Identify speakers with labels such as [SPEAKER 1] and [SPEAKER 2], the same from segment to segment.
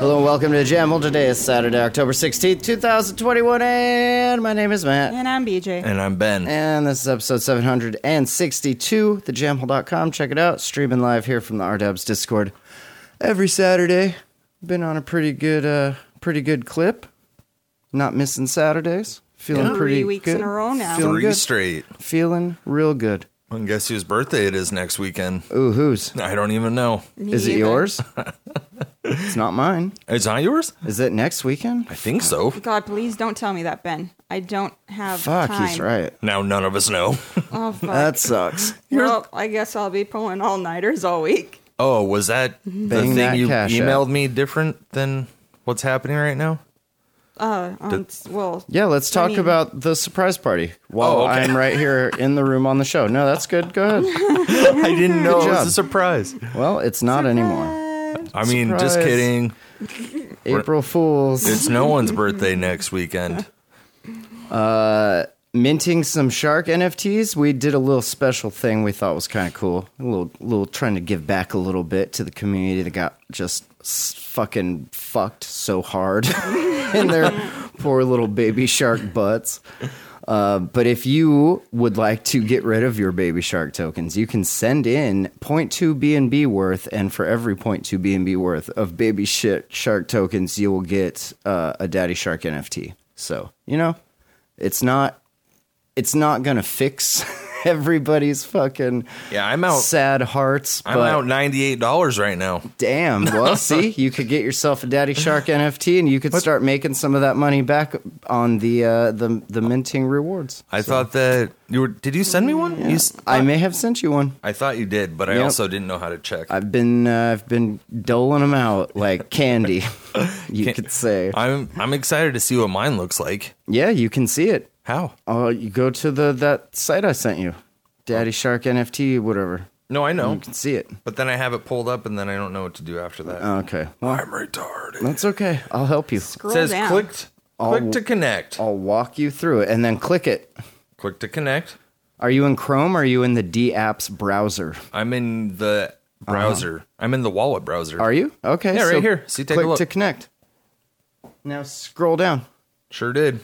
[SPEAKER 1] Hello and welcome to the Jam Hole. Today is Saturday, October 16th, 2021, and my name is Matt.
[SPEAKER 2] And I'm BJ.
[SPEAKER 3] And I'm Ben.
[SPEAKER 1] And this is episode 762, thejamhole.com. Check it out. Streaming live here from the RDubs Discord every Saturday. Been on a pretty good uh pretty good clip. Not missing Saturdays. Feeling
[SPEAKER 2] Three
[SPEAKER 1] pretty
[SPEAKER 2] weeks
[SPEAKER 1] good.
[SPEAKER 2] in a row now.
[SPEAKER 1] Feeling
[SPEAKER 3] Three
[SPEAKER 1] good.
[SPEAKER 3] straight.
[SPEAKER 1] Feeling real good.
[SPEAKER 3] And guess whose birthday it is next weekend?
[SPEAKER 1] Ooh, who's?
[SPEAKER 3] I don't even know.
[SPEAKER 2] Me
[SPEAKER 1] Is it
[SPEAKER 2] either.
[SPEAKER 1] yours? it's not mine.
[SPEAKER 3] It's not yours?
[SPEAKER 1] Is it next weekend?
[SPEAKER 3] I think so.
[SPEAKER 2] God, please don't tell me that, Ben. I don't have
[SPEAKER 1] Fuck,
[SPEAKER 2] time.
[SPEAKER 1] he's right. Uh,
[SPEAKER 3] Now none of us know.
[SPEAKER 2] Oh, fuck.
[SPEAKER 1] That sucks.
[SPEAKER 2] well, I guess I'll be pulling all nighters all week.
[SPEAKER 3] Oh, was that the
[SPEAKER 1] Bang
[SPEAKER 3] thing
[SPEAKER 1] that
[SPEAKER 3] you
[SPEAKER 1] cash out.
[SPEAKER 3] emailed me different than what's happening right now?
[SPEAKER 2] Um, s- well,
[SPEAKER 1] Yeah, let's talk
[SPEAKER 2] mean-
[SPEAKER 1] about the surprise party while
[SPEAKER 3] Oh, okay.
[SPEAKER 1] I'm right here in the room on the show. No, that's good. Go ahead.
[SPEAKER 3] I didn't know it
[SPEAKER 1] job.
[SPEAKER 3] was a surprise.
[SPEAKER 1] Well, it's not anymore.
[SPEAKER 3] I mean, just
[SPEAKER 1] Surprise.
[SPEAKER 3] kidding.
[SPEAKER 1] April Fools.
[SPEAKER 3] It's no one's birthday next weekend.
[SPEAKER 1] Minting some shark NFTs. We did a little special thing we thought was kind of cool. A little, little trying to give back a little bit to the community that got just s- fucking fucked so hard in their poor little baby shark butts. Uh, but if you would like to get rid of your baby shark tokens, you can send in 0.2 BNB worth, and for every 0.2 BNB worth of baby shit shark tokens, you will get uh, a daddy shark NFT. So you know, it's not it's not gonna fix everybody's fucking
[SPEAKER 3] Yeah, I'm out.
[SPEAKER 1] sad hearts.
[SPEAKER 3] I'm
[SPEAKER 1] but
[SPEAKER 3] out $98 right now.
[SPEAKER 1] Damn. Well, see, you could get yourself a Daddy Shark NFT, and you could start making some of that money back on the uh, the the minting rewards.
[SPEAKER 3] I thought that you were. Did you send me one? You s-
[SPEAKER 1] I may have sent you one.
[SPEAKER 3] I thought you did, but I
[SPEAKER 1] Yep.
[SPEAKER 3] also didn't know how to check.
[SPEAKER 1] I've been uh, I've been doling them out like candy, you could say.
[SPEAKER 3] I'm I'm excited to see what mine looks like.
[SPEAKER 1] yeah, you can see it.
[SPEAKER 3] How?
[SPEAKER 1] Uh, you go to the that site I sent you, Daddy Shark NFT, whatever.
[SPEAKER 3] No, I know.
[SPEAKER 1] You can see it.
[SPEAKER 3] But then I have it pulled up, and then I don't know what to do after that.
[SPEAKER 1] Okay, well,
[SPEAKER 3] I'm retarded.
[SPEAKER 1] that's okay. I'll help you.
[SPEAKER 2] scroll
[SPEAKER 3] says
[SPEAKER 2] down.
[SPEAKER 3] clicked, click to connect.
[SPEAKER 1] I'll walk you through it, and then click it.
[SPEAKER 3] click to connect.
[SPEAKER 1] Are you in Chrome? Or are you in the D apps browser?
[SPEAKER 3] I'm in the browser. I'm in the wallet browser.
[SPEAKER 1] Uh-huh. Are you? Okay.
[SPEAKER 3] Yeah, right here. See, take a
[SPEAKER 1] click
[SPEAKER 3] look.
[SPEAKER 1] to connect. Now scroll down.
[SPEAKER 3] Sure did.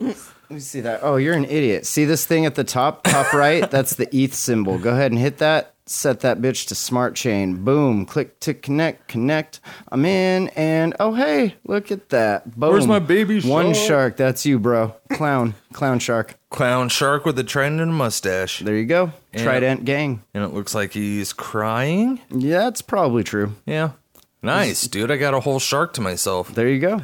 [SPEAKER 1] Let me see that. Oh, you're an idiot. See this thing at the top, top right? That's the ETH symbol. Go ahead and hit that. Set that bitch to smart chain. Boom. Click to connect. Connect. I'm in. And oh, hey, look at that. Boom.
[SPEAKER 3] Where's my baby
[SPEAKER 1] One
[SPEAKER 3] shark?
[SPEAKER 1] shark. That's you, bro. Clown. Clown shark.
[SPEAKER 3] Clown shark with a trident and a mustache,
[SPEAKER 1] There you go.
[SPEAKER 3] Yeah.
[SPEAKER 1] Trident gang.
[SPEAKER 3] and it looks like he's crying.
[SPEAKER 1] Yeah, that's probably true.
[SPEAKER 3] Yeah. Nice, dude. I got a whole shark to myself.
[SPEAKER 1] There you go.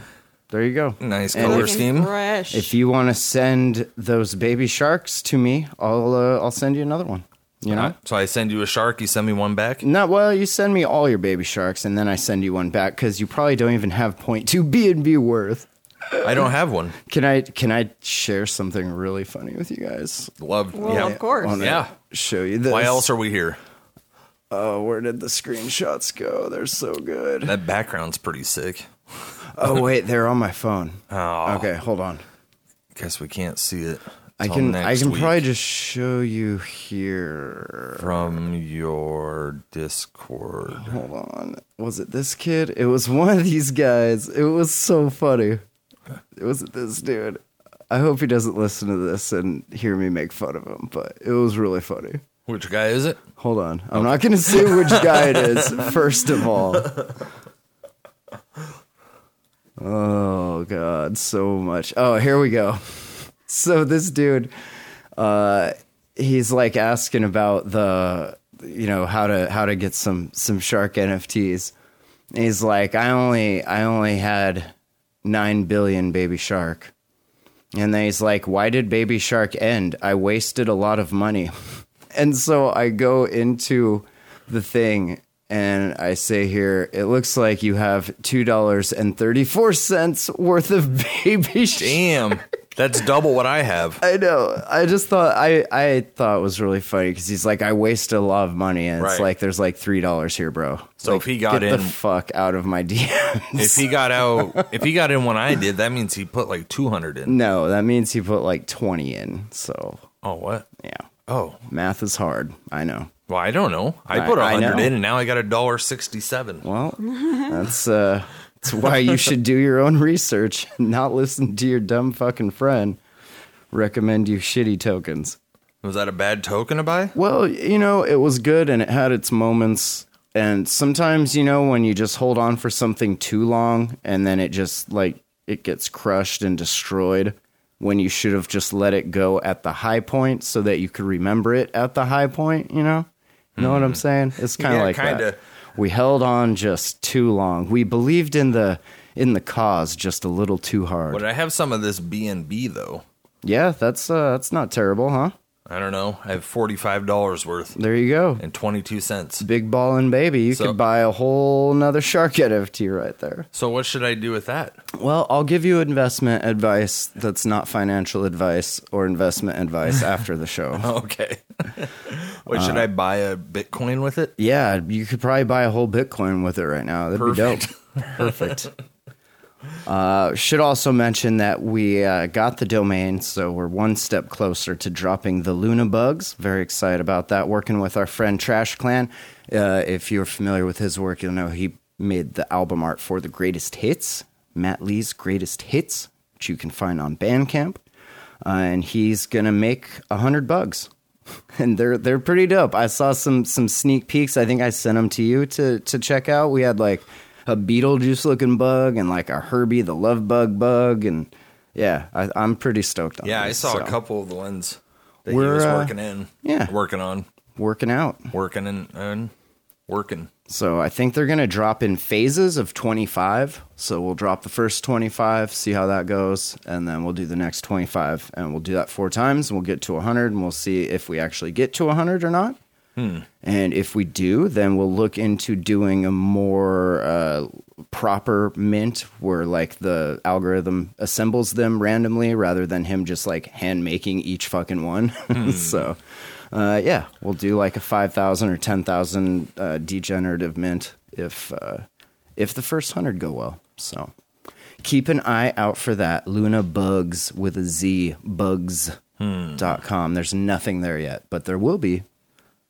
[SPEAKER 1] There you go.
[SPEAKER 3] Nice
[SPEAKER 1] And
[SPEAKER 3] color
[SPEAKER 1] if-
[SPEAKER 3] scheme.
[SPEAKER 2] Fresh.
[SPEAKER 1] If you want to send those baby sharks to me, I'll uh, I'll send you another one. You know.
[SPEAKER 3] Uh, So I send you a shark, you send me one back.
[SPEAKER 1] No, well, you send me all your baby sharks, and then I send you one back because you probably don't even have 0.2 B and B worth.
[SPEAKER 3] I don't have one.
[SPEAKER 1] Can I can I share something really funny with you guys?
[SPEAKER 3] Love.
[SPEAKER 2] well,
[SPEAKER 3] yeah.
[SPEAKER 2] of course.
[SPEAKER 1] Wanna
[SPEAKER 3] Yeah.
[SPEAKER 1] Show you this.
[SPEAKER 3] Why else are we here?
[SPEAKER 1] Oh, where did the screenshots go? They're so good.
[SPEAKER 3] That background's pretty sick.
[SPEAKER 1] oh wait, they're on my phone.
[SPEAKER 3] Oh.
[SPEAKER 1] Okay, hold on.
[SPEAKER 3] Guess we can't see it.
[SPEAKER 1] I
[SPEAKER 3] till
[SPEAKER 1] can I
[SPEAKER 3] next
[SPEAKER 1] can
[SPEAKER 3] week
[SPEAKER 1] probably just show you here.
[SPEAKER 3] from your Discord.
[SPEAKER 1] Hold on. Was it this kid? It was one of these guys. It was so funny. It was this dude. I hope he doesn't listen to this and hear me make fun of him, but it was really funny.
[SPEAKER 3] Which guy is it?
[SPEAKER 1] Hold on. I'm not going to say which guy it is, first of all. Oh, God. So much. Oh, here we go. So this dude, uh, he's like asking about the, you know, how to, how to get some, some shark NFTs. And He's like, I only, I only had 9 billion baby shark. And then he's like, Why did Baby Shark end? I wasted a lot of money. And so I go into the thing and I say here, it looks like you have $2.34 worth of baby shark.
[SPEAKER 3] Damn, that's double what I have.
[SPEAKER 1] I know. I just thought I I thought it was really funny because he's like, I wasted a lot of money, and
[SPEAKER 3] Right.
[SPEAKER 1] it's like there's like three dollars here, bro.
[SPEAKER 3] So
[SPEAKER 1] Like,
[SPEAKER 3] if he got
[SPEAKER 1] get the
[SPEAKER 3] in-
[SPEAKER 1] fuck out of my DMs.
[SPEAKER 3] If he got out, if he got in when I did, that means he put like two hundred in.
[SPEAKER 1] no, that means he put like twenty in. So
[SPEAKER 3] Oh what?
[SPEAKER 1] yeah,
[SPEAKER 3] Oh,
[SPEAKER 1] math is hard. I know.
[SPEAKER 3] well, I don't know. I
[SPEAKER 1] I-
[SPEAKER 3] put a
[SPEAKER 1] I know.
[SPEAKER 3] hundred in, and now I got a dollar sixty-seven.
[SPEAKER 1] Well, that's uh, that's why you should do your own research, and not listen to your dumb fucking friend recommend you shitty tokens.
[SPEAKER 3] Was that a bad token to buy?
[SPEAKER 1] Well, you know, it was good and it had its moments. And sometimes, you know, when you just hold on for something too long and then it just like it gets crushed and destroyed when you should have just let it go at the high point so that you could remember it at the high point, you know? You know what I'm saying? It's kind of
[SPEAKER 3] Mm-hmm. Yeah,
[SPEAKER 1] like that.
[SPEAKER 3] kinda.
[SPEAKER 1] we held on just too long. We believed in the in the cause just a little too hard.
[SPEAKER 3] Would I have some of this B and B though?
[SPEAKER 1] yeah, that's uh that's not terrible, huh?
[SPEAKER 3] I don't know. I have forty-five dollars worth
[SPEAKER 1] There you go.
[SPEAKER 3] and twenty-two cents.
[SPEAKER 1] Big ball and baby. You
[SPEAKER 3] So-
[SPEAKER 1] could buy a whole nother shark NFT right there.
[SPEAKER 3] So what should I do with that?
[SPEAKER 1] Well, I'll give you investment advice that's not financial advice or investment advice after the show.
[SPEAKER 3] Okay. Uh, what should I buy a Bitcoin with it?
[SPEAKER 1] Yeah, you could probably buy a whole Bitcoin with it right now. That'd be dope. Perfect. Uh, should also mention that we uh, got the domain, so we're one step closer to dropping the Luna bugs. Very excited about that. Working with our friend Trash Clan. Uh, if you're familiar with his work, you'll know he made the album art for the greatest hits, Matt Lee's greatest hits, which you can find on Bandcamp. Uh, and he's gonna make a hundred bugs, and they're they're pretty dope. I saw some some sneak peeks. I think I sent them to you to to check out. We had like a Beetlejuice looking bug and like a Herbie the Love Bug bug, and yeah, I, I'm pretty stoked on.
[SPEAKER 3] Yeah, I
[SPEAKER 1] this,
[SPEAKER 3] saw a
[SPEAKER 1] so.
[SPEAKER 3] couple of the ones that he
[SPEAKER 1] We're,
[SPEAKER 3] was
[SPEAKER 1] uh,
[SPEAKER 3] working in.
[SPEAKER 1] yeah.
[SPEAKER 3] Working on.
[SPEAKER 1] working out.
[SPEAKER 3] Working and, and working.
[SPEAKER 1] So I think they're gonna drop in phases of 25. So we'll drop the first 25, see how that goes, and then we'll do the next 25, and we'll do that four times. And we'll get to 100, and we'll see if we actually get to 100 or not. And if we do, then we'll look into doing a more uh, proper mint where like the algorithm assembles them randomly rather than him just like hand making each fucking one. so, uh, yeah, we'll do like a 5,000 or 10,000 uh, degenerative mint if, uh, if the first 100 go well. So keep an eye out for that. Luna Bugs with a Z, bugs. Dot com. There's nothing there yet, but there will be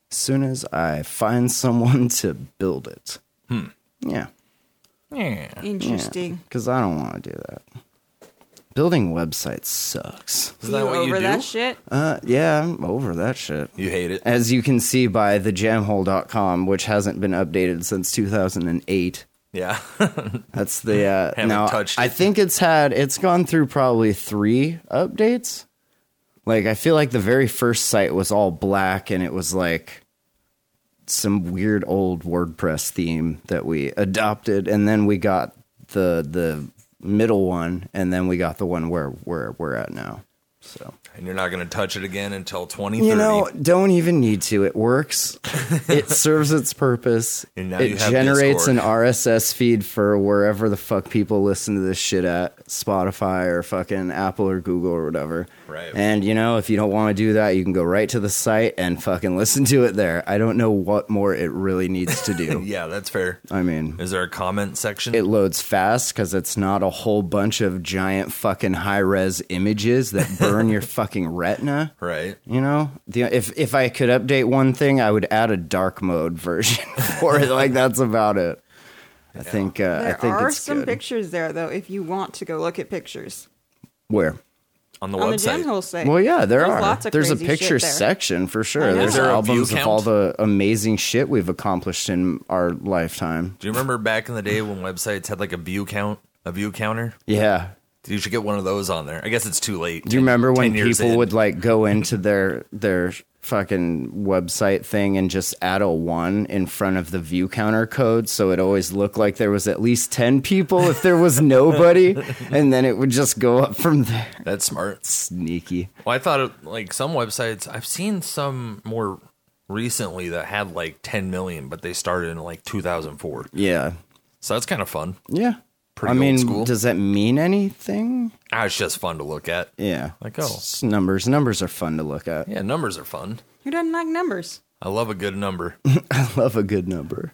[SPEAKER 1] soon as I find someone to build it. Hmm. Yeah,
[SPEAKER 3] Yeah.
[SPEAKER 2] Interesting.
[SPEAKER 1] because I don't want to do that. Building websites sucks.
[SPEAKER 3] Isn't that what
[SPEAKER 2] over
[SPEAKER 3] you do?
[SPEAKER 2] that shit?
[SPEAKER 1] Uh, yeah, I'm over that shit.
[SPEAKER 3] you hate it.
[SPEAKER 1] As you can see by the jamhole.com, which hasn't been updated since 2008.
[SPEAKER 3] Yeah.
[SPEAKER 1] That's the uh,
[SPEAKER 3] Haven't
[SPEAKER 1] now.
[SPEAKER 3] touched
[SPEAKER 1] I
[SPEAKER 3] it.
[SPEAKER 1] think it's had it's gone through probably three updates. Like I feel like the very first site was all black and it was like some weird old WordPress theme that we adopted, and then we got the the middle one, and then we got the one where where we're at now. So
[SPEAKER 3] and you're not going to touch it again until 2030.
[SPEAKER 1] you know, don't even need to. It works. it serves its purpose.
[SPEAKER 3] And now you
[SPEAKER 1] it
[SPEAKER 3] have
[SPEAKER 1] generates an
[SPEAKER 3] Discord.
[SPEAKER 1] RSS feed for wherever the fuck people listen to this shit at Spotify or fucking Apple or Google or whatever.
[SPEAKER 3] Right.
[SPEAKER 1] And you know, if you don't want to do that, you can go right to the site and fucking listen to it there. I don't know what more it really needs to do.
[SPEAKER 3] yeah, that's fair.
[SPEAKER 1] I mean,
[SPEAKER 3] Is there a comment section?
[SPEAKER 1] it loads fast because it's not a whole bunch of giant fucking high res images that burn your fucking retina.
[SPEAKER 3] right.
[SPEAKER 1] You know, the, if if I could update one thing, I would add a dark mode version for it. Like that's about it. I think uh, I
[SPEAKER 2] There
[SPEAKER 1] think
[SPEAKER 2] are
[SPEAKER 1] it's
[SPEAKER 2] some
[SPEAKER 1] good.
[SPEAKER 2] pictures there though. If you want to go look at pictures
[SPEAKER 1] Where?
[SPEAKER 3] On the
[SPEAKER 2] on the
[SPEAKER 3] website.
[SPEAKER 2] gym hole site.
[SPEAKER 1] Well, yeah, there
[SPEAKER 2] There's
[SPEAKER 1] are.
[SPEAKER 2] lots of
[SPEAKER 1] There's a
[SPEAKER 2] crazy shit
[SPEAKER 1] picture
[SPEAKER 2] there.
[SPEAKER 1] section for sure.
[SPEAKER 2] know.
[SPEAKER 1] There's
[SPEAKER 2] Is there a
[SPEAKER 1] albums
[SPEAKER 3] view
[SPEAKER 1] of all
[SPEAKER 3] count?
[SPEAKER 1] the amazing shit we've accomplished in our lifetime.
[SPEAKER 3] do you remember back in the day when websites had like a view count, a view counter?
[SPEAKER 1] Yeah.
[SPEAKER 3] You should get one of those on there. I guess it's too late.
[SPEAKER 1] Do you remember when
[SPEAKER 3] 10 years
[SPEAKER 1] people
[SPEAKER 3] in.
[SPEAKER 1] would like go into their their fucking website thing and just add a one in front of the view counter code so it always looked like there was at least 10 people if there was nobody and then it would just go up from there
[SPEAKER 3] That's smart.
[SPEAKER 1] sneaky
[SPEAKER 3] Well, I thought it, like some websites I've seen some more recently that had like 10 million, but they started in like 2004.
[SPEAKER 1] yeah
[SPEAKER 3] So that's kind of fun.
[SPEAKER 1] yeah
[SPEAKER 3] Pretty
[SPEAKER 1] i
[SPEAKER 3] old
[SPEAKER 1] mean
[SPEAKER 3] school.
[SPEAKER 1] does that mean anything
[SPEAKER 3] Ah, it's just fun to look at.
[SPEAKER 1] yeah
[SPEAKER 3] Like, oh.
[SPEAKER 1] It's numbers numbers are fun to look at
[SPEAKER 3] Yeah, numbers are fun.
[SPEAKER 2] Who doesn't like numbers?
[SPEAKER 3] I love a good number.
[SPEAKER 1] love a good number.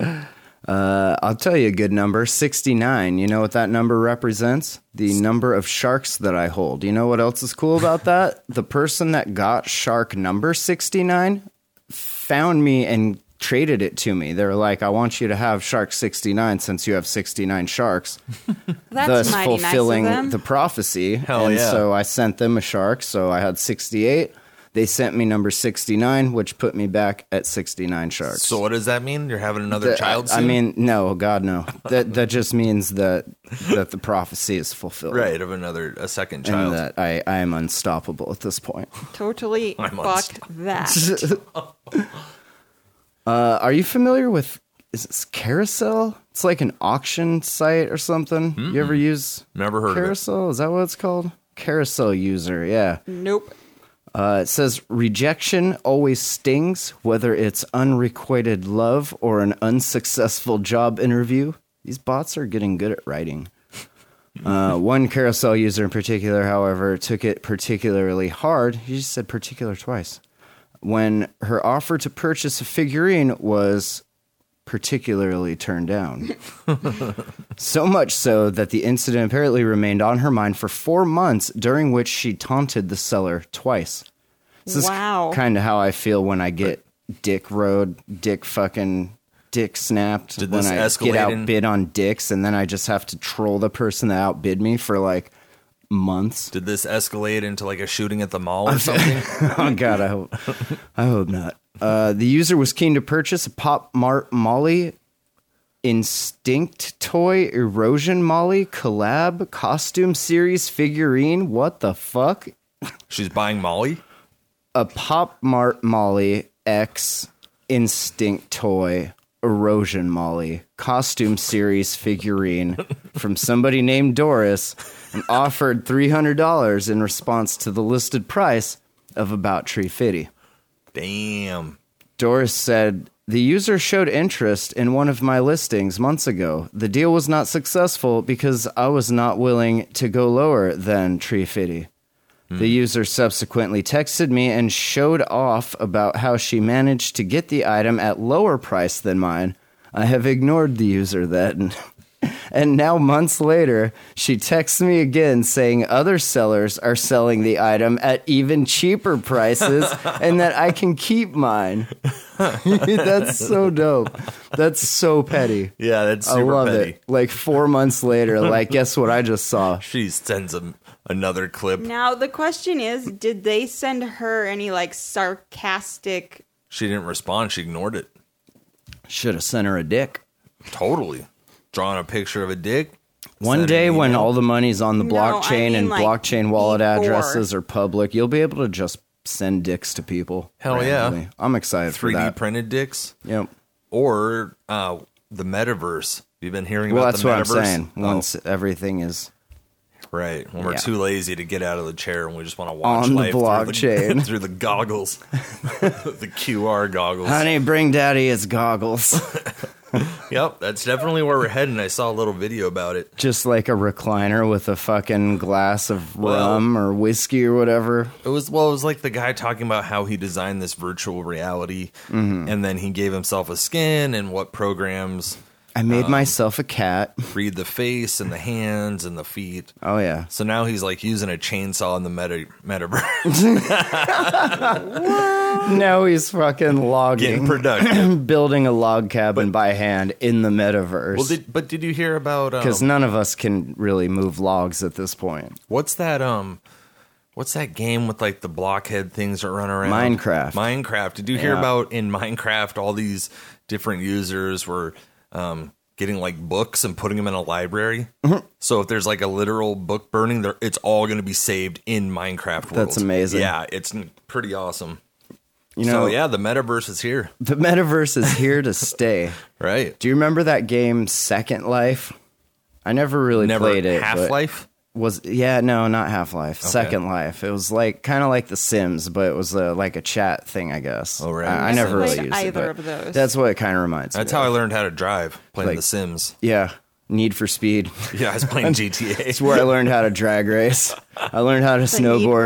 [SPEAKER 1] Uh, I'll tell you a good number 69. You know what that number represents? The number of sharks that I hold. You know what else is cool about that? the person that got shark number 69 found me and traded it to me. They're like, I want you to have shark 69 since you have 69 sharks,
[SPEAKER 2] That's
[SPEAKER 1] thus
[SPEAKER 2] mighty
[SPEAKER 1] fulfilling
[SPEAKER 2] nice of them.
[SPEAKER 1] the prophecy.
[SPEAKER 3] Hell
[SPEAKER 1] and
[SPEAKER 3] yeah.
[SPEAKER 1] so I sent them a shark. So I had 68. They sent me number 69, which put me back at 69 sharks.
[SPEAKER 3] so what does that mean? You're having another
[SPEAKER 1] The-
[SPEAKER 3] child
[SPEAKER 1] I, I
[SPEAKER 3] soon?
[SPEAKER 1] mean, no, God, no. That that just means that that the prophecy is fulfilled,
[SPEAKER 3] right, of another a second
[SPEAKER 1] And
[SPEAKER 3] child.
[SPEAKER 1] that I I am unstoppable at this point.
[SPEAKER 2] Totally
[SPEAKER 3] I'm
[SPEAKER 2] fuck that.
[SPEAKER 1] Uh, are you familiar with is this Carousel? It's like an auction site or something. You ever use
[SPEAKER 3] Never heard of it.
[SPEAKER 1] Carousel? Is that what it's called? Carousel user, yeah.
[SPEAKER 2] Nope.
[SPEAKER 1] Uh, it says rejection always stings, whether it's unrequited love or an unsuccessful job interview. These bots are getting good at writing. Uh, one carousel user in particular, however, took it particularly hard. He just said particular twice. When her offer to purchase a figurine was particularly turned down. so much so that the incident apparently remained on her mind for four months, during which she taunted the seller twice. This
[SPEAKER 2] Wow.
[SPEAKER 1] is kind of how I feel when I get dick road, dick fucking, dick snapped.
[SPEAKER 3] Did
[SPEAKER 1] when
[SPEAKER 3] this
[SPEAKER 1] I
[SPEAKER 3] escalate
[SPEAKER 1] get
[SPEAKER 3] in-
[SPEAKER 1] outbid on dicks, and then I just have to troll the person that outbid me for like months.
[SPEAKER 3] Did this escalate into like a shooting at the mall or something?
[SPEAKER 1] oh God, I hope, I hope not. Uh, the user was keen to purchase a Pop Mart Molly Instinct Toy Erosion Molly collab costume series figurine. What the fuck?
[SPEAKER 3] She's buying Molly?
[SPEAKER 1] a Pop Mart Molly X Instinct Toy Erosion Molly costume series figurine from somebody named Doris and offered $300 in response to the listed price of about 350.
[SPEAKER 3] Damn.
[SPEAKER 1] Doris said, The user showed interest in one of my listings months ago. The deal was not successful because I was not willing to go lower than Tree Fitty. The user subsequently texted me and showed off about how she managed to get the item at lower price than mine. I have ignored the user then. and now months later, she texts me again saying other sellers are selling the item at even cheaper prices and that I can keep mine. That's so dope. That's so petty.
[SPEAKER 3] Yeah, that's super
[SPEAKER 1] I love
[SPEAKER 3] petty.
[SPEAKER 1] it. Like 4 months later, like guess what I just saw?
[SPEAKER 3] She sends him another clip.
[SPEAKER 2] Now the question is, did they send her any like sarcastic?
[SPEAKER 3] She didn't respond. She ignored it.
[SPEAKER 1] Should have sent her a dick.
[SPEAKER 3] Totally. Drawing a picture of a dick.
[SPEAKER 1] One
[SPEAKER 3] Send
[SPEAKER 1] day
[SPEAKER 3] an
[SPEAKER 1] when
[SPEAKER 3] email.
[SPEAKER 1] all the money's on the
[SPEAKER 2] No, I
[SPEAKER 1] blockchain
[SPEAKER 2] mean,
[SPEAKER 1] and
[SPEAKER 2] like,
[SPEAKER 1] blockchain wallet
[SPEAKER 2] before.
[SPEAKER 1] addresses are public, you'll be able to just send dicks to people.
[SPEAKER 3] Hell yeah.
[SPEAKER 1] randomly. I'm excited for
[SPEAKER 3] 3D
[SPEAKER 1] that.
[SPEAKER 3] printed dicks
[SPEAKER 1] yep.
[SPEAKER 3] or uh, the metaverse. You've been hearing
[SPEAKER 1] Well,
[SPEAKER 3] about
[SPEAKER 1] that's
[SPEAKER 3] the
[SPEAKER 1] what I'm
[SPEAKER 3] metaverse.
[SPEAKER 1] saying.
[SPEAKER 3] Oh,
[SPEAKER 1] Once everything is
[SPEAKER 3] right. When we're
[SPEAKER 1] Yeah.
[SPEAKER 3] too lazy to get out of the chair and we just want to watch
[SPEAKER 1] On the
[SPEAKER 3] life through
[SPEAKER 1] blockchain.
[SPEAKER 3] through the goggles, the QR goggles.
[SPEAKER 1] Honey, bring daddy his goggles.
[SPEAKER 3] Yep, that's definitely where we're heading. I saw a little video about it.
[SPEAKER 1] just like a recliner with a fucking glass of
[SPEAKER 3] Well-
[SPEAKER 1] rum or whiskey or whatever.
[SPEAKER 3] It was well, it was like the guy talking about how he designed this virtual reality,
[SPEAKER 1] Mm-hmm.
[SPEAKER 3] and then he gave himself a skin and what programs
[SPEAKER 1] I made
[SPEAKER 3] um,
[SPEAKER 1] myself a cat.
[SPEAKER 3] read the face and the hands and the feet.
[SPEAKER 1] Oh yeah.
[SPEAKER 3] So now he's like using a chainsaw in the meta metaverse,
[SPEAKER 1] Now he's fucking
[SPEAKER 3] getting
[SPEAKER 1] logging
[SPEAKER 3] productive.
[SPEAKER 1] building a log cabin by hand in the metaverse.
[SPEAKER 3] well, did, but did you hear about um,
[SPEAKER 1] because none of us can really move logs at this point.
[SPEAKER 3] what's that um what's that game with like the blockhead things that run around
[SPEAKER 1] Minecraft.
[SPEAKER 3] minecraft did you hear
[SPEAKER 1] Yeah.
[SPEAKER 3] about in minecraft all these different users were um getting like books and putting them in a library
[SPEAKER 1] Mm-hmm.
[SPEAKER 3] so if there's like a literal book burning there it's all going to be saved in minecraft world.
[SPEAKER 1] That's amazing.
[SPEAKER 3] yeah it's n- pretty awesome
[SPEAKER 1] You know,
[SPEAKER 3] so yeah, the metaverse is here,
[SPEAKER 1] the metaverse is here to stay.
[SPEAKER 3] right?
[SPEAKER 1] Do you remember that game Second Life? I never really
[SPEAKER 3] Never
[SPEAKER 1] played it. but-
[SPEAKER 3] Half Life.
[SPEAKER 1] was yeah no not half life second life it was like kind of like the sims but it was uh like a chat thing i guess
[SPEAKER 3] Oh, right.
[SPEAKER 1] i, I
[SPEAKER 3] Never
[SPEAKER 1] never really
[SPEAKER 2] played
[SPEAKER 1] used it,
[SPEAKER 2] either
[SPEAKER 1] but
[SPEAKER 2] of those.
[SPEAKER 1] that's what it kind of reminds
[SPEAKER 3] That's
[SPEAKER 1] me
[SPEAKER 3] how I
[SPEAKER 1] of.
[SPEAKER 3] learned how to drive playing
[SPEAKER 1] Like-
[SPEAKER 3] The Sims.
[SPEAKER 1] yeah need for speed
[SPEAKER 3] Yeah, I was playing GTA.
[SPEAKER 1] it's where i learned how to drag race i learned how to
[SPEAKER 2] Need for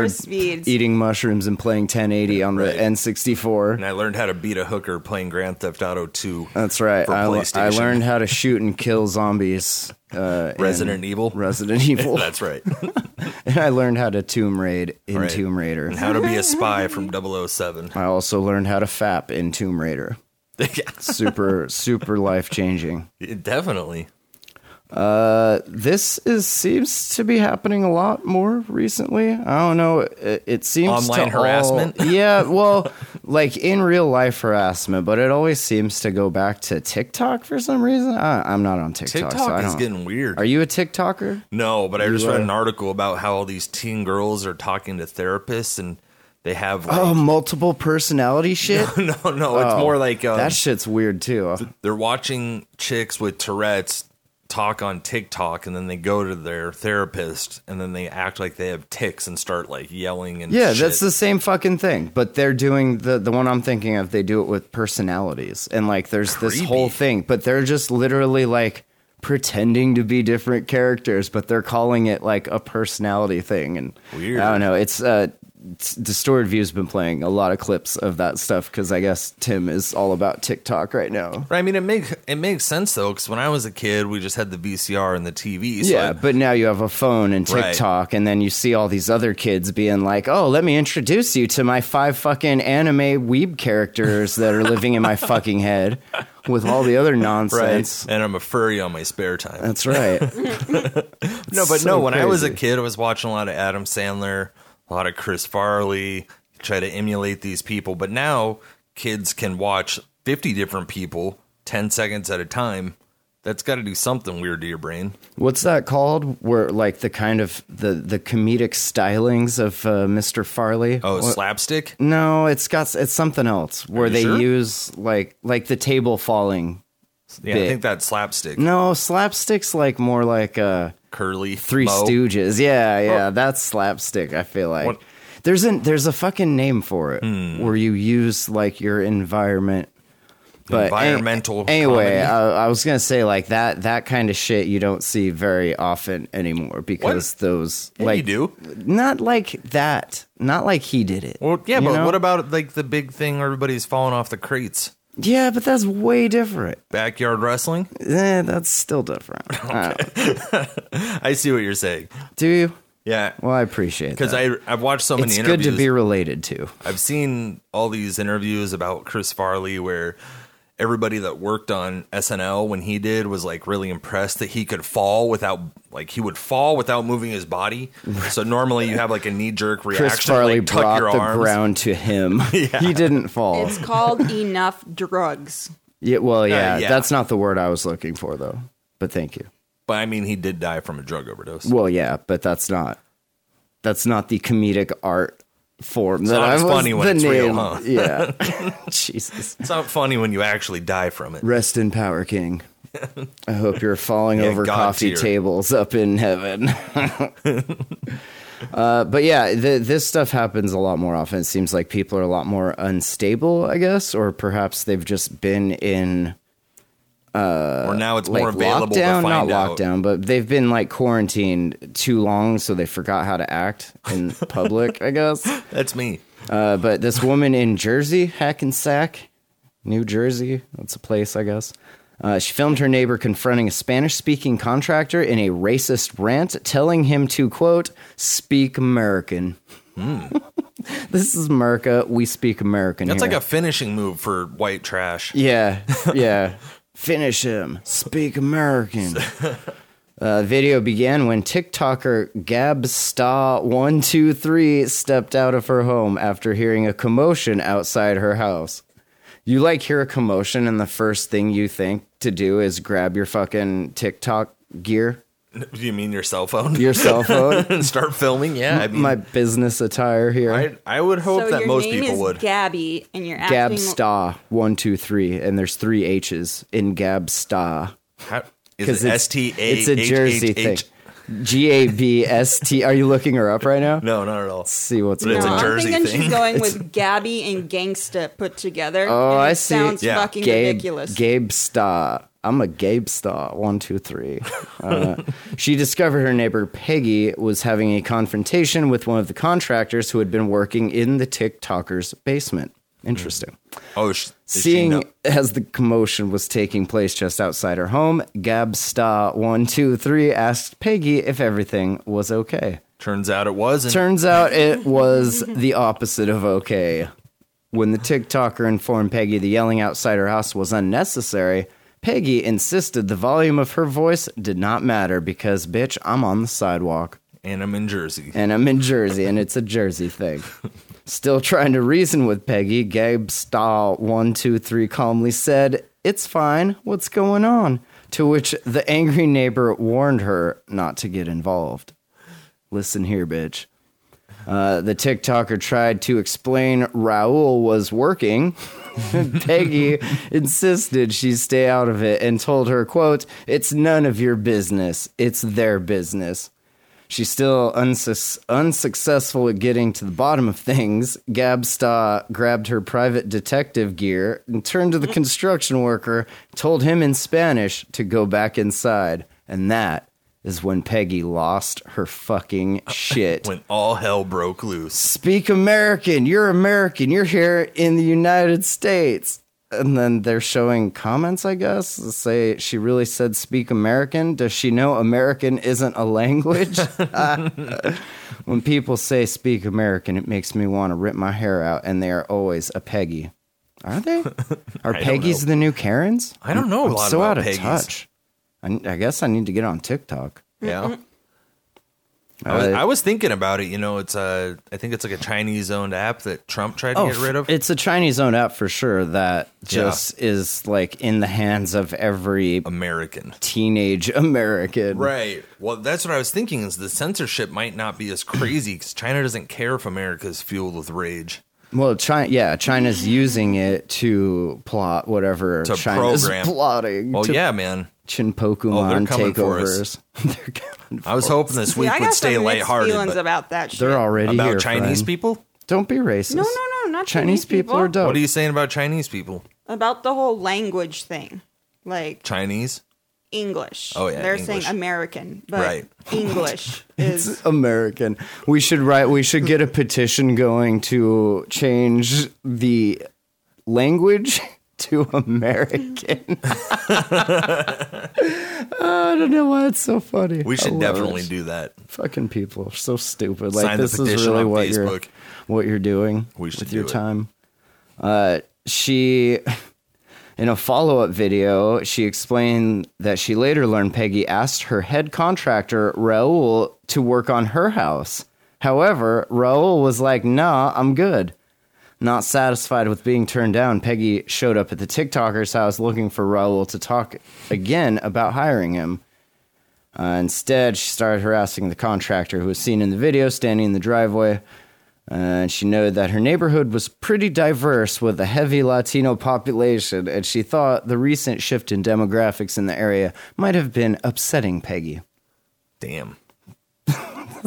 [SPEAKER 1] snowboard
[SPEAKER 2] Speeds.
[SPEAKER 1] eating mushrooms and playing 1080 on the
[SPEAKER 3] Right.
[SPEAKER 1] n64
[SPEAKER 3] and I learned how to beat a hooker playing Grand Theft Auto 2.
[SPEAKER 1] that's right
[SPEAKER 3] For
[SPEAKER 1] I, le- I
[SPEAKER 3] PlayStation.
[SPEAKER 1] learned how to shoot and kill zombies uh in
[SPEAKER 3] Resident Evil.
[SPEAKER 1] resident evil
[SPEAKER 3] That's right.
[SPEAKER 1] and i learned how to tomb raid in
[SPEAKER 3] Right.
[SPEAKER 1] tomb raider
[SPEAKER 3] and how to be a spy from 007.
[SPEAKER 1] I also learned how to fap in Tomb Raider.
[SPEAKER 3] yes,
[SPEAKER 1] Super, super life changing.
[SPEAKER 3] definitely.
[SPEAKER 1] This is seems to be happening a lot more recently. I don't know. It, it seems
[SPEAKER 3] Online
[SPEAKER 1] to all-
[SPEAKER 3] harassment?
[SPEAKER 1] yeah, well, like in real life harassment, but it always seems to go back to TikTok for some reason. I, I'm not on TikTok.
[SPEAKER 3] TikTok
[SPEAKER 1] so I
[SPEAKER 3] is
[SPEAKER 1] don't-
[SPEAKER 3] getting weird.
[SPEAKER 1] Are you a TikToker?
[SPEAKER 3] no, but I just read
[SPEAKER 1] are-
[SPEAKER 3] an article about how all these teen girls are talking to therapists and they have like,
[SPEAKER 1] Oh, multiple personality shit.
[SPEAKER 3] no, no, it's more like um,
[SPEAKER 1] that shit's weird too.
[SPEAKER 3] they're watching chicks with Tourette's talk on TikTok and then they go to their therapist and then they act like they have ticks and start like yelling and
[SPEAKER 1] Yeah,
[SPEAKER 3] shit.
[SPEAKER 1] that's the same fucking thing. But they're doing the the one I'm thinking of. They do it with personalities, and like there's this
[SPEAKER 3] Creepy.
[SPEAKER 1] whole thing. But they're just literally like pretending to be different characters, but they're calling it like a personality thing. And
[SPEAKER 3] Weird.
[SPEAKER 1] I don't know. It's uh, it's- distorted view's been playing a lot of clips of that stuff because I guess Tim is all about TikTok right now.
[SPEAKER 3] Right, I mean, it make it makes sense though, because when I was a kid, we just had the VCR and the TV. So
[SPEAKER 1] Yeah, but now you have a phone and
[SPEAKER 3] Right.
[SPEAKER 1] TikTok, and then you see all these other kids being like, "Oh, let me introduce you to my five fucking anime weeb characters that are living in my fucking head with all the other nonsense."
[SPEAKER 3] and I'm a furry on my spare time.
[SPEAKER 1] That's right.
[SPEAKER 3] no, but
[SPEAKER 1] so
[SPEAKER 3] no, when I was a
[SPEAKER 1] crazy.
[SPEAKER 3] kid, I was watching a lot of Adam Sandler, a lot of Chris Farley, try to emulate these people. But now kids can watch 50 different people 10 seconds at a time. That's got to do something weird to your brain.
[SPEAKER 1] What's that called? Where like the kind of the the comedic stylings of uh, Mr. Farley?
[SPEAKER 3] Oh,
[SPEAKER 1] What-
[SPEAKER 3] slapstick?
[SPEAKER 1] No, it's got it's something else where
[SPEAKER 3] you
[SPEAKER 1] they
[SPEAKER 3] sure?
[SPEAKER 1] use like like the table falling.
[SPEAKER 3] Yeah, I
[SPEAKER 1] bit.
[SPEAKER 3] think that's slapstick.
[SPEAKER 1] No, slapstick's like more like uh
[SPEAKER 3] Curly.
[SPEAKER 1] Three
[SPEAKER 3] Mo.
[SPEAKER 1] Stooges. Yeah, yeah, that's slapstick. I feel like
[SPEAKER 3] What- Hmm.
[SPEAKER 1] there's an there's a fucking name for it where you use like your environment. But a-
[SPEAKER 3] Environmental
[SPEAKER 1] anyway,
[SPEAKER 3] comedy.
[SPEAKER 1] I, I was gonna say like that that kind of shit you don't see very often anymore because those
[SPEAKER 3] Yeah,
[SPEAKER 1] like
[SPEAKER 3] you do.
[SPEAKER 1] not like that, not like he did it.
[SPEAKER 3] Well, yeah,
[SPEAKER 1] you
[SPEAKER 3] but
[SPEAKER 1] know?
[SPEAKER 3] what about like the big thing? Everybody's falling off the crates.
[SPEAKER 1] yeah, but that's way different.
[SPEAKER 3] Backyard wrestling?
[SPEAKER 1] Eh, that's still different. Uh,
[SPEAKER 3] I see what you're saying.
[SPEAKER 1] do you?
[SPEAKER 3] Yeah.
[SPEAKER 1] Well, I appreciate
[SPEAKER 3] Because
[SPEAKER 1] that.
[SPEAKER 3] I I've watched so many
[SPEAKER 1] it's good
[SPEAKER 3] interviews.
[SPEAKER 1] to be related to.
[SPEAKER 3] I've seen all these interviews about Chris Farley where everybody that worked on SNL when he did was like really impressed that he could fall without like he would fall without moving his body. So normally you have like a knee jerk reaction,
[SPEAKER 1] Chris Farley
[SPEAKER 3] like, tuck
[SPEAKER 1] brought
[SPEAKER 3] your
[SPEAKER 1] the
[SPEAKER 3] arms.
[SPEAKER 1] ground to him. He didn't fall.
[SPEAKER 2] It's called enough drugs.
[SPEAKER 1] Yeah, well, yeah,
[SPEAKER 3] Uh, yeah.
[SPEAKER 1] that's not the word I was looking for, though. But thank you.
[SPEAKER 3] But I mean, he did die from a drug overdose.
[SPEAKER 1] Well, yeah, but that's not that's not the comedic art form that
[SPEAKER 3] not
[SPEAKER 1] I
[SPEAKER 3] as
[SPEAKER 1] was
[SPEAKER 3] funny when
[SPEAKER 1] the
[SPEAKER 3] it's
[SPEAKER 1] name.
[SPEAKER 3] real, huh?
[SPEAKER 1] Yeah, Jesus.
[SPEAKER 3] It's not funny when you actually die from it.
[SPEAKER 1] Rest in power, King. I hope you're falling
[SPEAKER 3] Yeah,
[SPEAKER 1] over
[SPEAKER 3] God
[SPEAKER 1] coffee
[SPEAKER 3] tier.
[SPEAKER 1] tables up in heaven. uh, but yeah, th- this stuff happens a lot more often. It seems like people are a lot more unstable, I guess, or perhaps they've just been in
[SPEAKER 3] or now it's
[SPEAKER 1] uh, like
[SPEAKER 3] more available
[SPEAKER 1] lockdown,
[SPEAKER 3] to find
[SPEAKER 1] not
[SPEAKER 3] out.
[SPEAKER 1] lockdown, but they've been like quarantined too long, so they forgot how to act in public, I guess.
[SPEAKER 3] That's me.
[SPEAKER 1] Uh, but this woman in Jersey, Hackensack, New Jersey, that's a place, I guess. Uh, she filmed her neighbor confronting a Spanish speaking contractor in a racist rant, telling him to, quote, speak American. this is America. We speak American.
[SPEAKER 3] Hmm. That's
[SPEAKER 1] here.
[SPEAKER 3] like a finishing move for white trash.
[SPEAKER 1] Yeah, yeah. Finish him. Speak American. Uh, video began when TikToker Gabsta123 stepped out of her home after hearing a commotion outside her house. You like hear a commotion, and the first thing you think to do is grab your fucking TikTok gear
[SPEAKER 3] You mean your cell phone?
[SPEAKER 1] Your cell phone,
[SPEAKER 3] and start filming? Yeah, I mean,
[SPEAKER 1] my business attire here.
[SPEAKER 3] I, I would hope
[SPEAKER 2] so
[SPEAKER 3] that
[SPEAKER 2] your
[SPEAKER 3] most
[SPEAKER 2] name
[SPEAKER 3] people
[SPEAKER 2] is
[SPEAKER 3] would.
[SPEAKER 2] Gabby, and you're acting.
[SPEAKER 1] Gabsta one two three, and there's three H's in Gabsta
[SPEAKER 3] How-
[SPEAKER 1] because
[SPEAKER 3] Is it
[SPEAKER 1] it's
[SPEAKER 3] S T A?
[SPEAKER 1] it's a Jersey thing. G A B S T. Are you looking her up right now?
[SPEAKER 3] No, not at all.
[SPEAKER 1] see what's
[SPEAKER 3] But
[SPEAKER 1] going
[SPEAKER 3] it's a
[SPEAKER 2] No,
[SPEAKER 1] on.
[SPEAKER 2] I'm
[SPEAKER 3] Jersey
[SPEAKER 2] thinking she's
[SPEAKER 3] thing.
[SPEAKER 2] going with Gabby and Gangsta put together.
[SPEAKER 1] Oh,
[SPEAKER 2] and it
[SPEAKER 1] I see.
[SPEAKER 2] Sounds
[SPEAKER 3] Yeah.
[SPEAKER 2] fucking
[SPEAKER 1] Gabe,
[SPEAKER 2] ridiculous.
[SPEAKER 1] Gabe Star. I'm a Gabe Star. One, two, three. Uh, she discovered her neighbor Peggy was having a confrontation with one of the contractors who had been working in the TikToker's basement. Interesting.
[SPEAKER 3] Oh, sh- does she
[SPEAKER 1] Seeing
[SPEAKER 3] know-
[SPEAKER 1] as the commotion was taking place just outside her home, Gab Star one two three asked Peggy if everything was okay.
[SPEAKER 3] turns out it wasn't.
[SPEAKER 1] Turns out it was the opposite of okay. When the TikToker informed Peggy the yelling outside her house was unnecessary, Peggy insisted the volume of her voice did not matter because, bitch, I'm on the sidewalk
[SPEAKER 3] and I'm in Jersey.
[SPEAKER 1] and I'm in Jersey and it's a Jersey thing. Still trying to reason with Peggy, Gabe Stahl123 calmly said, It's fine, what's going on? To which the angry neighbor warned her not to get involved. Listen here, bitch. Uh, the TikToker tried to explain Raul was working. Peggy insisted she stay out of it and told her, quote, It's none of your business. It's their business. She's still unsus- unsuccessful at getting to the bottom of things. Gabsta grabbed her private detective gear and turned to the construction worker, told him in Spanish to go back inside. And that is when Peggy lost her fucking shit.
[SPEAKER 3] When all hell broke loose.
[SPEAKER 1] Speak American. You're American. You're here in the United States. And then they're showing comments, I guess, that say she really said speak American. Does she know American isn't a language? when people say speak American, it makes me want to rip my hair out, and they are always a Peggy. Are they? Are Peggy's the new Karens?
[SPEAKER 3] I don't know a
[SPEAKER 1] I'm
[SPEAKER 3] lot
[SPEAKER 1] so
[SPEAKER 3] about
[SPEAKER 1] out of
[SPEAKER 3] Peggy's.
[SPEAKER 1] touch. I, I guess I need to get on TikTok.
[SPEAKER 3] Yeah. I was,
[SPEAKER 1] Uh,
[SPEAKER 3] I was thinking about it. You know, it's a, I think it's like a Chinese owned app that Trump tried to get
[SPEAKER 1] f-
[SPEAKER 3] rid of.
[SPEAKER 1] Oh, It's a Chinese owned app for sure that just is like in the hands of every
[SPEAKER 3] American.
[SPEAKER 1] teenage American.
[SPEAKER 3] Right. Well, that's what I was thinking is the censorship might not be as crazy because China doesn't care if America is fueled with rage.
[SPEAKER 1] Well, China, yeah, China's using it to plot whatever
[SPEAKER 3] To
[SPEAKER 1] China's
[SPEAKER 3] program.
[SPEAKER 1] plotting.
[SPEAKER 3] Oh,
[SPEAKER 1] to
[SPEAKER 3] yeah, man.
[SPEAKER 1] Chin Pokemon
[SPEAKER 3] coming for
[SPEAKER 1] takeovers.
[SPEAKER 3] us.
[SPEAKER 1] they're, coming
[SPEAKER 3] I was hoping this
[SPEAKER 2] See,
[SPEAKER 3] week
[SPEAKER 2] I
[SPEAKER 3] would
[SPEAKER 2] got
[SPEAKER 3] stay
[SPEAKER 2] some mixed
[SPEAKER 3] lighthearted.
[SPEAKER 2] feelings
[SPEAKER 3] but-
[SPEAKER 2] about that shit.
[SPEAKER 1] they're already
[SPEAKER 3] about
[SPEAKER 1] here,
[SPEAKER 3] Chinese
[SPEAKER 1] friend.
[SPEAKER 3] people?
[SPEAKER 1] Don't be racist.
[SPEAKER 2] No, no, no, not
[SPEAKER 1] Chinese
[SPEAKER 2] Chinese
[SPEAKER 1] people,
[SPEAKER 2] people.
[SPEAKER 1] are dope.
[SPEAKER 3] What are you saying about Chinese people?
[SPEAKER 2] about the whole language thing, like
[SPEAKER 3] Chinese?
[SPEAKER 2] English.
[SPEAKER 3] Oh, yeah,
[SPEAKER 2] they're
[SPEAKER 3] English.
[SPEAKER 2] saying American, but
[SPEAKER 3] Right.
[SPEAKER 2] English is
[SPEAKER 1] American. We should write. We should get a petition going to change the language to American. I don't know why it's so funny.
[SPEAKER 3] We
[SPEAKER 1] I
[SPEAKER 3] should
[SPEAKER 1] love
[SPEAKER 3] definitely
[SPEAKER 1] it.
[SPEAKER 3] do that.
[SPEAKER 1] Fucking people are so stupid. Like
[SPEAKER 3] Sign the
[SPEAKER 1] this is
[SPEAKER 3] petition
[SPEAKER 1] really
[SPEAKER 3] on
[SPEAKER 1] what you're
[SPEAKER 3] Facebook.
[SPEAKER 1] what you're doing
[SPEAKER 3] We should
[SPEAKER 1] with your
[SPEAKER 3] do it.
[SPEAKER 1] time. Uh, she, in a follow up video, she explained that she later learned Peggy asked her head contractor, Raul, to work on her house. However, Raul was like, nah, I'm good. Not satisfied with being turned down, Peggy showed up at the TikToker's house looking for Raul to talk again about hiring him. Uh, instead, she started harassing the contractor who was seen in the video standing in the driveway. Uh, and she noted that her neighborhood was pretty diverse with a heavy Latino population, and she thought the recent shift in demographics in the area might have been upsetting Peggy.
[SPEAKER 3] Damn.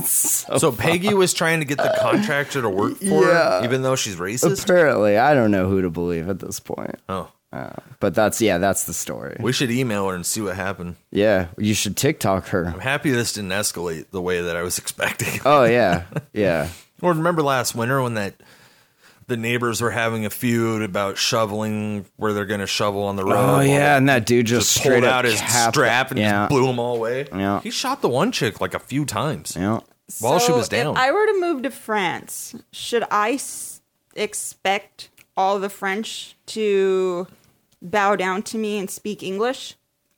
[SPEAKER 3] so, Peggy was trying to get the contractor to work for
[SPEAKER 1] Yeah.
[SPEAKER 3] her, even though she's racist.
[SPEAKER 1] Apparently, I don't know who to believe at this point.
[SPEAKER 3] oh,
[SPEAKER 1] But that's, yeah, that's the story.
[SPEAKER 3] we should email her and see what happened.
[SPEAKER 1] Yeah, you should TikTok her.
[SPEAKER 3] I'm happy this didn't escalate the way that I was expecting.
[SPEAKER 1] Oh, yeah, yeah.
[SPEAKER 3] Or remember last winter when that the neighbors were having a feud about shoveling where they're going to shovel on the road.
[SPEAKER 1] Oh,
[SPEAKER 3] Well,
[SPEAKER 1] yeah, and that dude just,
[SPEAKER 3] just
[SPEAKER 1] straight
[SPEAKER 3] pulled
[SPEAKER 1] up
[SPEAKER 3] out his
[SPEAKER 1] capped-
[SPEAKER 3] strap and
[SPEAKER 1] yeah,
[SPEAKER 3] just blew them all away.
[SPEAKER 1] Yeah.
[SPEAKER 3] He shot the one chick like a few times
[SPEAKER 1] Yeah.
[SPEAKER 3] while she
[SPEAKER 2] So,
[SPEAKER 3] was down.
[SPEAKER 2] If I were to move to France, should I s- expect all the French to bow down to me and speak English?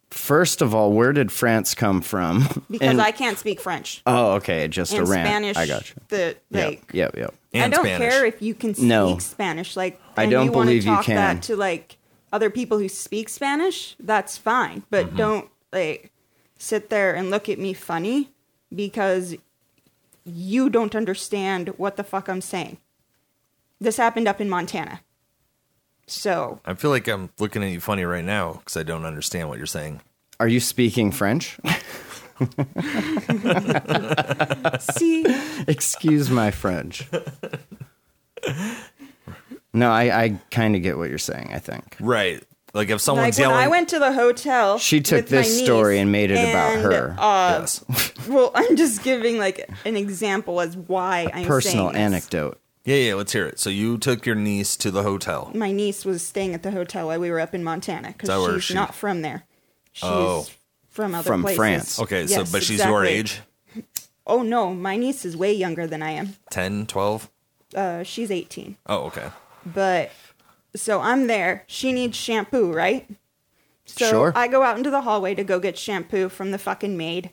[SPEAKER 1] First of all, where did France come from?
[SPEAKER 2] Because
[SPEAKER 1] And-
[SPEAKER 2] I can't speak French.
[SPEAKER 1] Oh, okay. Just a
[SPEAKER 2] and
[SPEAKER 1] rant.
[SPEAKER 2] Spanish,
[SPEAKER 1] I got you.
[SPEAKER 2] The, like,
[SPEAKER 1] yep. Yep. Yep.
[SPEAKER 2] I
[SPEAKER 3] And
[SPEAKER 2] don't
[SPEAKER 3] Spanish.
[SPEAKER 2] care if you can speak
[SPEAKER 1] No.
[SPEAKER 2] Spanish. Like,
[SPEAKER 1] I
[SPEAKER 2] and
[SPEAKER 1] don't
[SPEAKER 2] you wanna
[SPEAKER 1] believe you
[SPEAKER 2] talk
[SPEAKER 1] can.
[SPEAKER 2] that
[SPEAKER 3] Mm-hmm.
[SPEAKER 2] to like other people who speak Spanish. That's fine, but don't like sit there and look at me funny because you don't understand what the fuck I'm saying. This happened up in Montana. So
[SPEAKER 3] I feel like I'm looking at you funny right now because I don't understand what you're saying.
[SPEAKER 1] Are you speaking French?
[SPEAKER 2] see,
[SPEAKER 1] Excuse my French. No, I, I kind of get what you're saying, I think.
[SPEAKER 3] Right. Like if
[SPEAKER 2] like
[SPEAKER 3] someone's
[SPEAKER 2] when
[SPEAKER 3] yelling,
[SPEAKER 2] I went to the hotel,
[SPEAKER 1] She took
[SPEAKER 2] with my
[SPEAKER 1] this story
[SPEAKER 2] niece,
[SPEAKER 1] and made it about
[SPEAKER 2] and,
[SPEAKER 1] her.
[SPEAKER 2] Uh,
[SPEAKER 3] yes.
[SPEAKER 2] well, I'm just giving like an example as why I'm
[SPEAKER 1] Personal
[SPEAKER 2] saying this.
[SPEAKER 1] anecdote.
[SPEAKER 3] yeah, yeah, let's hear it. So you took your niece to the hotel.
[SPEAKER 2] My niece was staying at the hotel while we were up in Montana
[SPEAKER 3] Is that
[SPEAKER 2] because
[SPEAKER 3] where
[SPEAKER 2] she's
[SPEAKER 3] she-
[SPEAKER 2] not from there. She's
[SPEAKER 3] Oh.
[SPEAKER 2] from other
[SPEAKER 1] From
[SPEAKER 2] places.
[SPEAKER 1] France.
[SPEAKER 3] Okay, so
[SPEAKER 2] Yes,
[SPEAKER 3] but she's your
[SPEAKER 2] exactly.
[SPEAKER 3] age,
[SPEAKER 2] Oh no, my niece is way younger than I am.
[SPEAKER 3] 10, 12?
[SPEAKER 2] Uh, she's 18.
[SPEAKER 3] Oh, okay.
[SPEAKER 2] But so I'm there. She needs shampoo, right? So
[SPEAKER 1] Sure.
[SPEAKER 2] I go out into the hallway to go get shampoo from the fucking maid.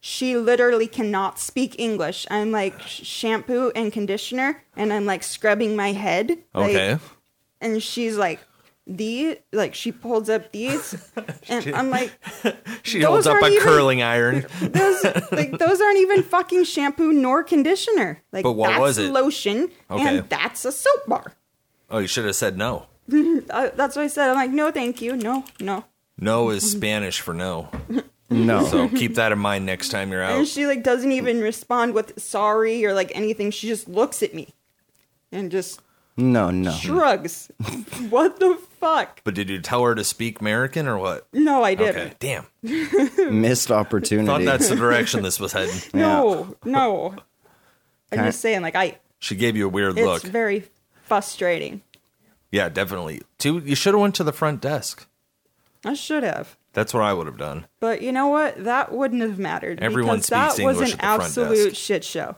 [SPEAKER 2] She literally cannot speak English. I'm like "Sh- shampoo and conditioner, and I'm like scrubbing my head. like-
[SPEAKER 3] Okay.
[SPEAKER 2] and she's like, these, like she holds up these, and I'm like,
[SPEAKER 3] she
[SPEAKER 2] those
[SPEAKER 3] holds up
[SPEAKER 2] aren't
[SPEAKER 3] a
[SPEAKER 2] even-
[SPEAKER 3] curling iron.
[SPEAKER 2] those like those aren't even fucking shampoo nor conditioner. Like
[SPEAKER 3] But what
[SPEAKER 2] that's
[SPEAKER 3] was it?
[SPEAKER 2] lotion
[SPEAKER 3] Okay.
[SPEAKER 2] and that's a soap bar.
[SPEAKER 3] Oh, you should have said no.
[SPEAKER 2] Uh, that's what I said. I'm like, no, thank you, no, no.
[SPEAKER 3] No is Spanish for no.
[SPEAKER 1] No.
[SPEAKER 3] So keep that in mind next time you're
[SPEAKER 2] And
[SPEAKER 3] out.
[SPEAKER 2] she like doesn't even respond with sorry or like anything. She just looks at me and just
[SPEAKER 3] Uh-huh.
[SPEAKER 1] no, no.
[SPEAKER 2] shrugs. what the fuck?
[SPEAKER 3] But did you tell her to speak American or what?
[SPEAKER 2] No, I didn't.
[SPEAKER 3] Okay. Damn.
[SPEAKER 1] Missed
[SPEAKER 3] Thought
[SPEAKER 1] opportunity.
[SPEAKER 3] that's the direction this was heading.
[SPEAKER 2] No, no. I'm
[SPEAKER 1] Kinda-
[SPEAKER 2] just saying, like I,
[SPEAKER 3] She gave you a weird
[SPEAKER 2] it's
[SPEAKER 3] look.
[SPEAKER 2] very frustrating.
[SPEAKER 3] yeah, definitely. Dude, you should have went to the front desk.
[SPEAKER 2] I should have.
[SPEAKER 3] That's what I would have done.
[SPEAKER 2] But you know what? That wouldn't have mattered.
[SPEAKER 3] Everyone
[SPEAKER 2] because that
[SPEAKER 3] speaks
[SPEAKER 2] was
[SPEAKER 3] English
[SPEAKER 2] an
[SPEAKER 3] at the front
[SPEAKER 2] absolute
[SPEAKER 3] desk.
[SPEAKER 2] shit show.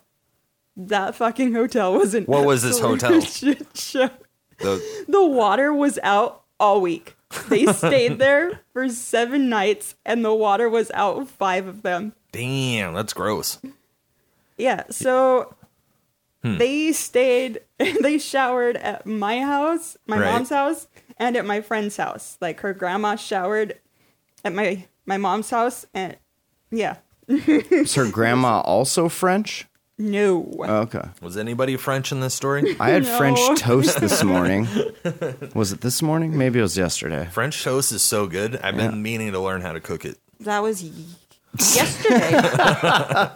[SPEAKER 2] That fucking hotel was an
[SPEAKER 3] What was this
[SPEAKER 2] absolute
[SPEAKER 3] hotel?
[SPEAKER 2] shit show.
[SPEAKER 3] The-
[SPEAKER 2] The water was out all week. They stayed there for seven nights, and the water was out five of them.
[SPEAKER 3] damn, that's gross.
[SPEAKER 2] Yeah, so
[SPEAKER 3] Hmm.
[SPEAKER 2] they stayed, they showered at my house, my
[SPEAKER 3] Right.
[SPEAKER 2] mom's house, and at my friend's house. Like her grandma showered at my my mom's house, and yeah,
[SPEAKER 1] Is her grandma also French?
[SPEAKER 2] no.
[SPEAKER 1] Okay.
[SPEAKER 3] Was anybody French in this story?
[SPEAKER 1] I had
[SPEAKER 2] No.
[SPEAKER 1] French toast this morning. Was it this morning? Maybe it was yesterday.
[SPEAKER 3] French toast is so good. I've been meaning to learn how to cook it.
[SPEAKER 2] That was y- yesterday.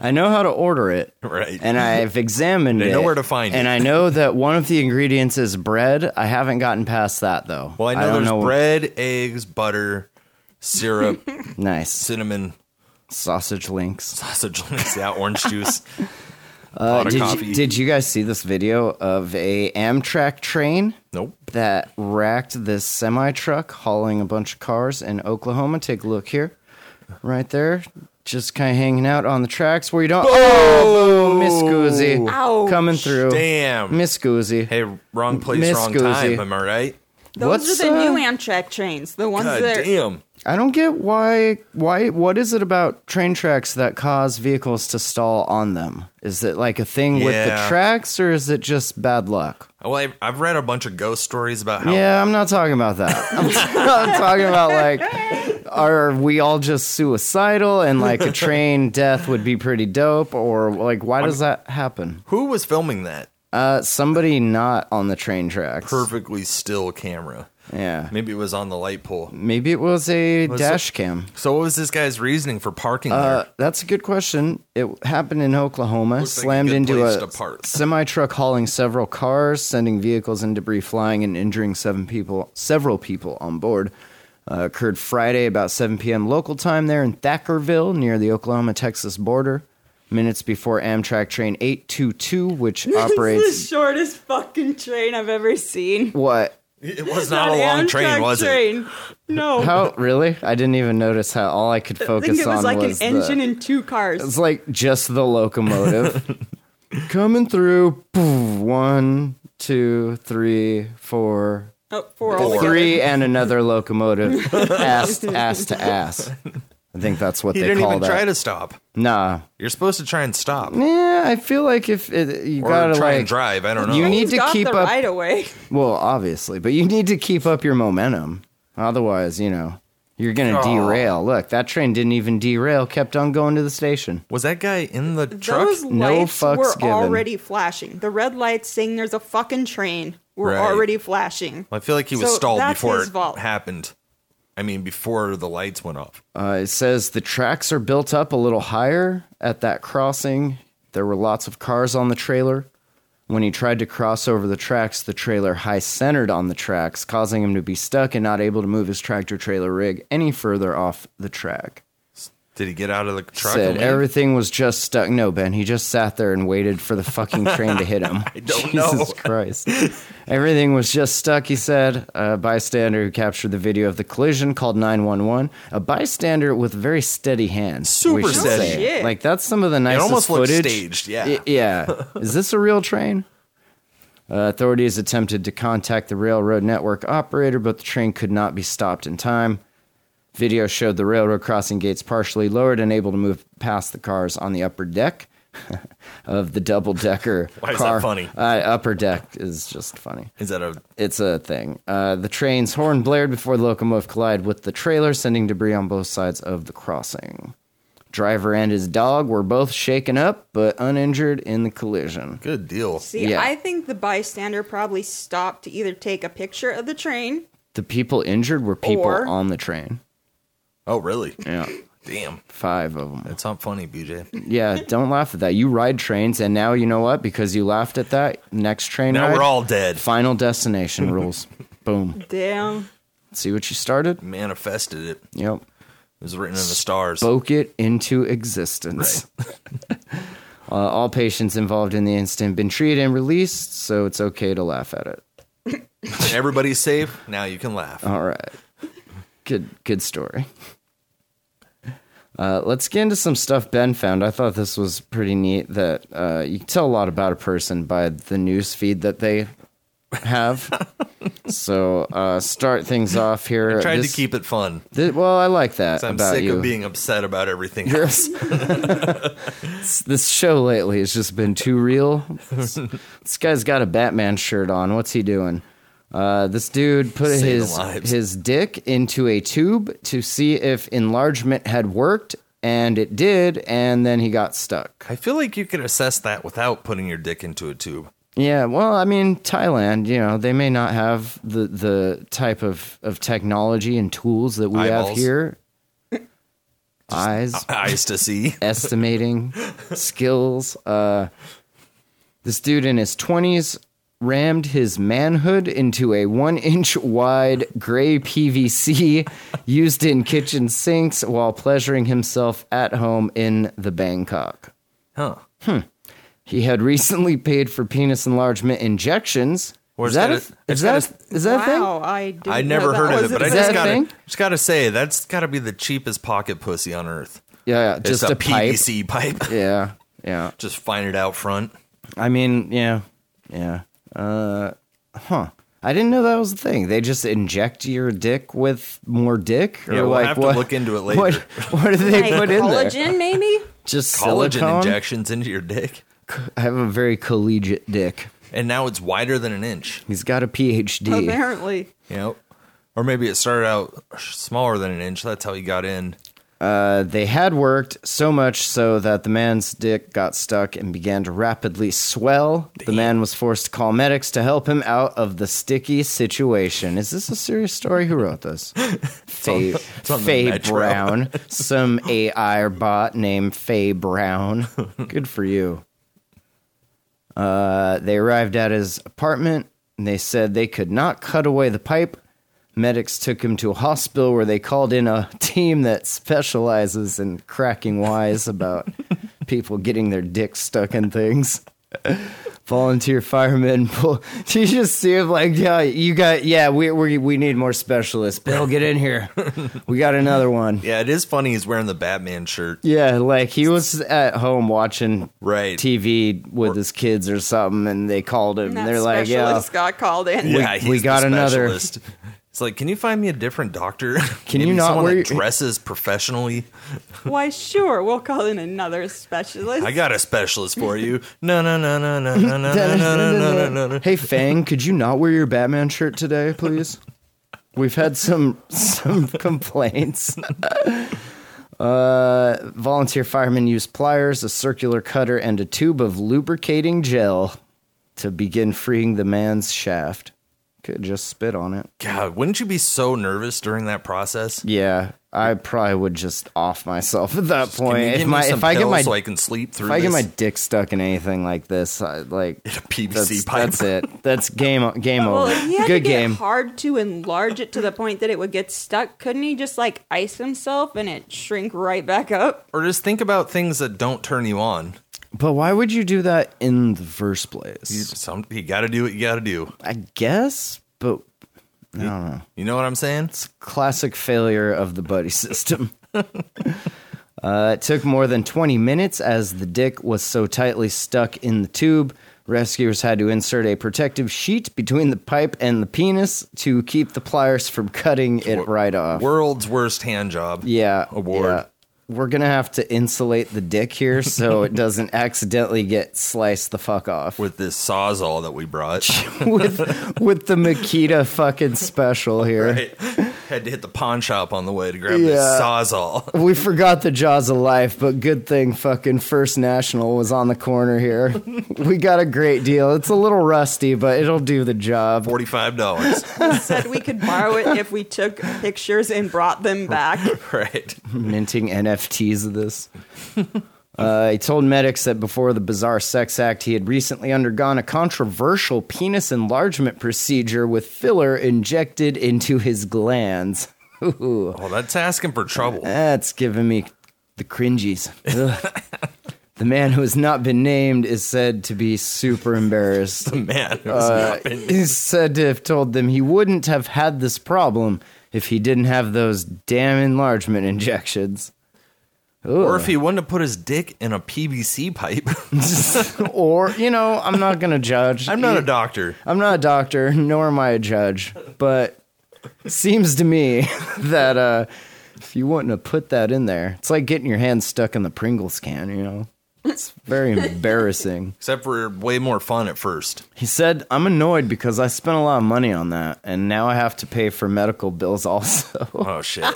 [SPEAKER 1] I know how to order it.
[SPEAKER 3] Right.
[SPEAKER 1] And I've examined
[SPEAKER 3] They
[SPEAKER 1] it.
[SPEAKER 3] know where to find
[SPEAKER 1] and
[SPEAKER 3] it.
[SPEAKER 1] I know that one of the ingredients is bread. I haven't gotten past that though.
[SPEAKER 3] well, I know
[SPEAKER 1] don't
[SPEAKER 3] there's
[SPEAKER 1] what-
[SPEAKER 3] bread, eggs, butter, syrup,
[SPEAKER 1] Nice.
[SPEAKER 3] cinnamon,
[SPEAKER 1] Sausage links.
[SPEAKER 3] sausage links, yeah, orange juice, a
[SPEAKER 1] Uh,
[SPEAKER 3] lot of
[SPEAKER 1] did,
[SPEAKER 3] coffee.
[SPEAKER 1] you, did you guys see this video of a Amtrak train
[SPEAKER 3] nope.
[SPEAKER 1] that racked this semi truck hauling a bunch of cars in Oklahoma? Take a look here. Right there. Just kind of hanging out on the tracks where you don't. Oh, boom, Miss Guzzi.
[SPEAKER 2] Ouch.
[SPEAKER 1] Coming through.
[SPEAKER 3] Oh, Damn.
[SPEAKER 1] Miss Guzzi.
[SPEAKER 3] hey, wrong place,
[SPEAKER 1] Miss
[SPEAKER 3] wrong
[SPEAKER 1] Guzzi.
[SPEAKER 3] time. Am I right?
[SPEAKER 2] Those
[SPEAKER 1] What's,
[SPEAKER 2] are the
[SPEAKER 1] uh,
[SPEAKER 2] new Amtrak trains, the ones
[SPEAKER 3] God
[SPEAKER 2] that are,
[SPEAKER 3] damn.
[SPEAKER 1] I don't get why why what is it about train tracks that cause vehicles to stall on them? Is it like a thing with the
[SPEAKER 3] Yeah.
[SPEAKER 1] tracks or is it just bad luck?
[SPEAKER 3] Well, I've, I've read a bunch of ghost stories about how
[SPEAKER 1] Yeah, I'm not talking about that. I'm, I'm talking about like are we all just suicidal and like a train death would be pretty dope or like why does that happen?
[SPEAKER 3] who was filming that
[SPEAKER 1] Uh somebody not on the train tracks.
[SPEAKER 3] perfectly still camera.
[SPEAKER 1] Yeah.
[SPEAKER 3] Maybe it was on the light pole.
[SPEAKER 1] Maybe it was a
[SPEAKER 3] Was it-
[SPEAKER 1] dash cam.
[SPEAKER 3] So, what was this guy's reasoning for parking
[SPEAKER 1] Uh,
[SPEAKER 3] there?
[SPEAKER 1] that's a good question. It happened in Oklahoma.
[SPEAKER 3] Looks like a
[SPEAKER 1] slammed
[SPEAKER 3] good
[SPEAKER 1] into
[SPEAKER 3] place
[SPEAKER 1] a
[SPEAKER 3] to park.
[SPEAKER 1] semi truck hauling several cars, sending vehicles and debris flying and injuring seven people. Several people on board. Uh, occurred Friday about 7 p.m. local time there in Thackerville near the Oklahoma-Texas border. Minutes before Amtrak train 822, which
[SPEAKER 2] This is the
[SPEAKER 1] operates
[SPEAKER 2] shortest fucking train I've ever seen.
[SPEAKER 1] what?
[SPEAKER 3] It was not a
[SPEAKER 2] That
[SPEAKER 3] long
[SPEAKER 2] Amtrak
[SPEAKER 3] train, was it?
[SPEAKER 2] train. No.
[SPEAKER 1] How Oh, really? I didn't even notice how all I could
[SPEAKER 2] I
[SPEAKER 1] focus
[SPEAKER 2] think it was
[SPEAKER 1] on
[SPEAKER 2] like
[SPEAKER 1] was
[SPEAKER 2] an engine
[SPEAKER 1] the,
[SPEAKER 2] and two cars.
[SPEAKER 1] It's like just the locomotive coming through. Poof, One, two, three, four,
[SPEAKER 2] Oh, four altogether.
[SPEAKER 1] three, and another locomotive, ass, ass to ass. I think that's what
[SPEAKER 3] He
[SPEAKER 1] they
[SPEAKER 3] didn't
[SPEAKER 1] call
[SPEAKER 3] even
[SPEAKER 1] that.
[SPEAKER 3] try to stop.
[SPEAKER 1] nah,
[SPEAKER 3] You're supposed to try and stop or
[SPEAKER 1] yeah, I feel like if it, you gotta
[SPEAKER 3] try
[SPEAKER 1] like
[SPEAKER 3] and drive. I don't know.
[SPEAKER 1] you need
[SPEAKER 2] He's
[SPEAKER 1] to
[SPEAKER 2] got
[SPEAKER 1] keep
[SPEAKER 2] the
[SPEAKER 1] up-
[SPEAKER 2] right away.
[SPEAKER 1] well, obviously, but you need to keep up your momentum. Otherwise, you know, You're
[SPEAKER 3] Oh.
[SPEAKER 1] gonna derail. Look, that train didn't even derail. Kept on going to the station.
[SPEAKER 3] Was that guy in the truck?
[SPEAKER 2] Those
[SPEAKER 1] No
[SPEAKER 2] lights
[SPEAKER 1] fucks
[SPEAKER 2] were
[SPEAKER 1] given.
[SPEAKER 2] already flashing. The red lights saying there's a fucking train were
[SPEAKER 3] Right.
[SPEAKER 2] already flashing.
[SPEAKER 3] I feel like he was
[SPEAKER 2] So
[SPEAKER 3] stalled
[SPEAKER 2] that's
[SPEAKER 3] before
[SPEAKER 2] his
[SPEAKER 3] it
[SPEAKER 2] fault.
[SPEAKER 3] happened. I mean, before the lights went off.
[SPEAKER 1] Uh, it says the tracks are built up a little higher at that crossing. There were lots of cars on the trailer. When he tried to cross over the tracks, the trailer high centered on the tracks, causing him to be stuck and not able to move his tractor trailer rig any further off the track.
[SPEAKER 3] Did he get out of the truck?
[SPEAKER 1] Said
[SPEAKER 3] and leave?
[SPEAKER 1] everything was just stuck. No, Ben, he just sat there and waited for the fucking train to hit him. I
[SPEAKER 3] don't
[SPEAKER 1] Jesus
[SPEAKER 3] know.
[SPEAKER 1] Christ. everything was just stuck, he said. A bystander who captured the video of the collision called 911. A bystander with very steady hands. we
[SPEAKER 3] Super
[SPEAKER 1] should
[SPEAKER 3] steady.
[SPEAKER 1] say.
[SPEAKER 2] Shit.
[SPEAKER 1] Like, that's some of the nicest
[SPEAKER 3] almost looked
[SPEAKER 1] footage.
[SPEAKER 3] staged, yeah.
[SPEAKER 1] I- yeah. Is this a real train? Uh, authorities attempted to contact the railroad network operator, but the train could not be stopped in time. Video showed the railroad crossing gates partially lowered and able to move past the cars on the upper deck of the double decker.
[SPEAKER 3] Why is that funny?
[SPEAKER 1] Uh, upper deck is just funny.
[SPEAKER 3] Is that a
[SPEAKER 1] It's a thing. Uh, the train's horn blared before the locomotive collided with the trailer, sending debris on both sides of the crossing. Driver and his dog were both shaken up but uninjured in the collision.
[SPEAKER 3] good deal?
[SPEAKER 2] See,
[SPEAKER 1] Yeah.
[SPEAKER 2] I think the bystander probably stopped to either take a picture of the train.
[SPEAKER 1] The people injured were people
[SPEAKER 2] Or-
[SPEAKER 1] on the train.
[SPEAKER 3] Oh, really?
[SPEAKER 1] Yeah,
[SPEAKER 3] Damn,
[SPEAKER 1] five of them.
[SPEAKER 3] that's not funny, BJ.
[SPEAKER 1] Yeah, don't laugh at that. You ride trains, and now you know what? Because you laughed at that, next train
[SPEAKER 3] Now
[SPEAKER 1] ride,
[SPEAKER 3] we're all dead.
[SPEAKER 1] final destination rules. Boom.
[SPEAKER 2] Damn.
[SPEAKER 1] See what you started?
[SPEAKER 3] Manifested it. It
[SPEAKER 1] Yep.
[SPEAKER 3] was written in the stars.
[SPEAKER 1] Spoke it into existence. uh, all patients involved in the incident been treated and released, so it's okay to laugh at it.
[SPEAKER 3] Everybody's safe. Now you can laugh.
[SPEAKER 1] All right. Good good story. Uh, let's get into some stuff Ben found. I thought this was pretty neat that uh, you can tell a lot about a person by the news feed that they have. so uh, start things off here.
[SPEAKER 3] Tried
[SPEAKER 1] This-
[SPEAKER 3] to keep it fun.
[SPEAKER 1] thi- well, I like that
[SPEAKER 3] I'm
[SPEAKER 1] about
[SPEAKER 3] sick
[SPEAKER 1] you.
[SPEAKER 3] of being upset about everything.
[SPEAKER 1] Yes. this show lately has just been too real. This, this guy's got a Batman shirt on. What's he doing? Uh, this dude put
[SPEAKER 3] Saving
[SPEAKER 1] his
[SPEAKER 3] lives.
[SPEAKER 1] his dick into a tube to see if enlargement had worked, and it did. And then he got stuck.
[SPEAKER 3] I feel like you can assess that without putting your dick into a tube.
[SPEAKER 1] Yeah. Well, I mean, Thailand. You know, they may not have the the type of of technology and tools that we have
[SPEAKER 3] Eyeballs.
[SPEAKER 1] here. Eyes.
[SPEAKER 3] Eyes to see.
[SPEAKER 1] estimating skills. Uh, this dude in his 20s rammed his manhood into a one inch wide gray PVC used in kitchen sinks while pleasuring himself at home in the Bangkok.
[SPEAKER 3] Huh.
[SPEAKER 1] He had recently paid for penis enlargement injections.
[SPEAKER 3] Where's
[SPEAKER 1] is that,
[SPEAKER 3] that
[SPEAKER 1] a,
[SPEAKER 3] a-
[SPEAKER 1] is
[SPEAKER 3] it's
[SPEAKER 1] that,
[SPEAKER 3] got
[SPEAKER 1] a, is that a thing?
[SPEAKER 2] wow, I didn't
[SPEAKER 3] I never
[SPEAKER 2] know
[SPEAKER 3] heard
[SPEAKER 2] that
[SPEAKER 3] of
[SPEAKER 2] was
[SPEAKER 3] it,
[SPEAKER 2] a
[SPEAKER 3] but I
[SPEAKER 1] Is that
[SPEAKER 3] just
[SPEAKER 1] a
[SPEAKER 3] gotta
[SPEAKER 1] thing?
[SPEAKER 3] just gotta say that's gotta be the cheapest pocket pussy on earth.
[SPEAKER 1] Yeah, yeah, just
[SPEAKER 3] it's
[SPEAKER 1] a,
[SPEAKER 3] a,
[SPEAKER 1] pipe.
[SPEAKER 3] PVC pipe.
[SPEAKER 1] Yeah, yeah.
[SPEAKER 3] Just find it out front.
[SPEAKER 1] I mean, yeah, yeah. Uh, huh. I didn't know that was the thing. They just inject your dick with more dick, or
[SPEAKER 3] Yeah, we'll
[SPEAKER 1] like
[SPEAKER 3] have to
[SPEAKER 1] what?
[SPEAKER 3] look into it later.
[SPEAKER 1] What, what do they
[SPEAKER 2] like
[SPEAKER 1] put in
[SPEAKER 2] collagen,
[SPEAKER 1] there?
[SPEAKER 2] maybe?
[SPEAKER 1] Just
[SPEAKER 3] Collagen
[SPEAKER 1] silicone?
[SPEAKER 3] injections into your dick.
[SPEAKER 1] I have a very collegiate dick.
[SPEAKER 3] And now it's wider than an inch.
[SPEAKER 1] He's got a PhD.
[SPEAKER 2] Apparently.
[SPEAKER 3] You know? Or maybe it started out smaller than an inch. That's how he got in.
[SPEAKER 1] Uh, they had worked so much so that the man's dick got stuck and began to rapidly swell. The man was forced to call medics to help him out of the sticky situation. Is this a serious story? Who wrote this? Faye,
[SPEAKER 3] on the
[SPEAKER 1] Faye
[SPEAKER 3] Metro.
[SPEAKER 1] Brown. Some AI bot named Faye Brown. Good for you. Uh, they arrived at his apartment and they said they could not cut away the pipe. Medics took him to a hospital where they called in a team that specializes in cracking wise about people getting their dicks stuck in things. Volunteer firemen pull. You just see him like, yeah, you got, yeah, we, we, we need more specialists. Bill, get in here. We got another one.
[SPEAKER 3] Yeah, it is funny he's wearing the Batman shirt.
[SPEAKER 1] Yeah, like he was at home watching
[SPEAKER 3] Right.
[SPEAKER 1] TV with his kids or something, and they called him.
[SPEAKER 2] And
[SPEAKER 1] And
[SPEAKER 2] that
[SPEAKER 1] they're like, "Yeah,
[SPEAKER 2] specialist got called in.
[SPEAKER 3] Yeah,
[SPEAKER 1] we
[SPEAKER 3] he's the
[SPEAKER 1] got another.
[SPEAKER 3] specialist. It's like, can you find me a different doctor?
[SPEAKER 1] Can you
[SPEAKER 3] Maybe
[SPEAKER 1] not
[SPEAKER 3] someone
[SPEAKER 1] wear
[SPEAKER 3] that
[SPEAKER 1] your-
[SPEAKER 3] dresses professionally?
[SPEAKER 2] Why, sure, we'll call in another specialist.
[SPEAKER 3] I got a specialist for you. No, no, no, no, no, no, no, no, no, no, no, no.
[SPEAKER 1] Hey Fang, could you not wear your Batman shirt today, please?" We've had some some complaints. uh, volunteer firemen use pliers, a circular cutter, and a tube of lubricating gel to begin freeing the man's shaft. Could just spit on it.
[SPEAKER 3] God, wouldn't you be so nervous during that process?
[SPEAKER 1] Yeah, I probably would just off myself at that
[SPEAKER 3] Can you
[SPEAKER 1] point.
[SPEAKER 3] give
[SPEAKER 1] If
[SPEAKER 3] me
[SPEAKER 1] my
[SPEAKER 3] some
[SPEAKER 1] if I get
[SPEAKER 3] pills
[SPEAKER 1] my
[SPEAKER 3] so I can sleep through
[SPEAKER 1] if I get
[SPEAKER 3] this?
[SPEAKER 1] my dick stuck in anything like this, I, like
[SPEAKER 3] a PVC
[SPEAKER 1] that's,
[SPEAKER 3] pipe.
[SPEAKER 1] that's it. That's game o- game
[SPEAKER 2] Well,
[SPEAKER 1] over.
[SPEAKER 2] if he had to
[SPEAKER 1] Good
[SPEAKER 2] get
[SPEAKER 1] game.
[SPEAKER 2] hard to enlarge it to the point that it would get stuck, couldn't he just like ice himself and it shrink right back up?
[SPEAKER 3] or just think about things that don't turn you on.
[SPEAKER 1] But why would you do that in the first place?
[SPEAKER 3] You- Some you got to do what you got to do.
[SPEAKER 1] I guess, but
[SPEAKER 3] You know what I'm saying?
[SPEAKER 1] classic failure of the buddy system. uh, it took more than 20 minutes as the dick was so tightly stuck in the tube. Rescuers had to insert a protective sheet between the pipe and the penis to keep the pliers from cutting it right off.
[SPEAKER 3] World's worst hand job.
[SPEAKER 1] yeah.
[SPEAKER 3] Award.
[SPEAKER 1] yeah. We're going to have to insulate the dick here so it doesn't accidentally get sliced the fuck off.
[SPEAKER 3] With this sawzall that we brought,
[SPEAKER 1] with, with the Makita fucking special here.
[SPEAKER 3] Right. had to hit the pawn shop on the way to grab this
[SPEAKER 1] Yeah.
[SPEAKER 3] sawzall.
[SPEAKER 1] We forgot the jaws of life, but good thing fucking First National was on the corner here. we got a great deal. It's a little rusty, but it'll do the job.
[SPEAKER 3] Forty-five dollars,
[SPEAKER 2] Said we could borrow it if we took pictures and brought them back.
[SPEAKER 3] right?
[SPEAKER 1] Minting NFTs of this. Uh, he told medics that before the bizarre sex act, he had recently undergone a controversial penis enlargement procedure with filler injected into his glands. Ooh.
[SPEAKER 3] Well, that's asking for trouble.
[SPEAKER 1] That's giving me the cringies. Ugh. the man who has not been named is said to be super embarrassed.
[SPEAKER 3] Man, who's not been-
[SPEAKER 1] He's said to have told them he wouldn't have had this problem if he didn't have those damn enlargement injections.
[SPEAKER 3] or if he wouldn't have put his dick in a PVC pipe.
[SPEAKER 1] or, you know, I'm not going to judge.
[SPEAKER 3] I'm not a doctor.
[SPEAKER 1] I'm not a doctor, nor am I a judge, but seems to me that uh, if you wouldn't have put that in there, it's like getting your hand stuck in the Pringles can, you know? It's very embarrassing.
[SPEAKER 3] Except for way more fun at first.
[SPEAKER 1] He said, I'm annoyed because I spent a lot of money on that, and now I have to pay for medical bills also.
[SPEAKER 3] Oh shit.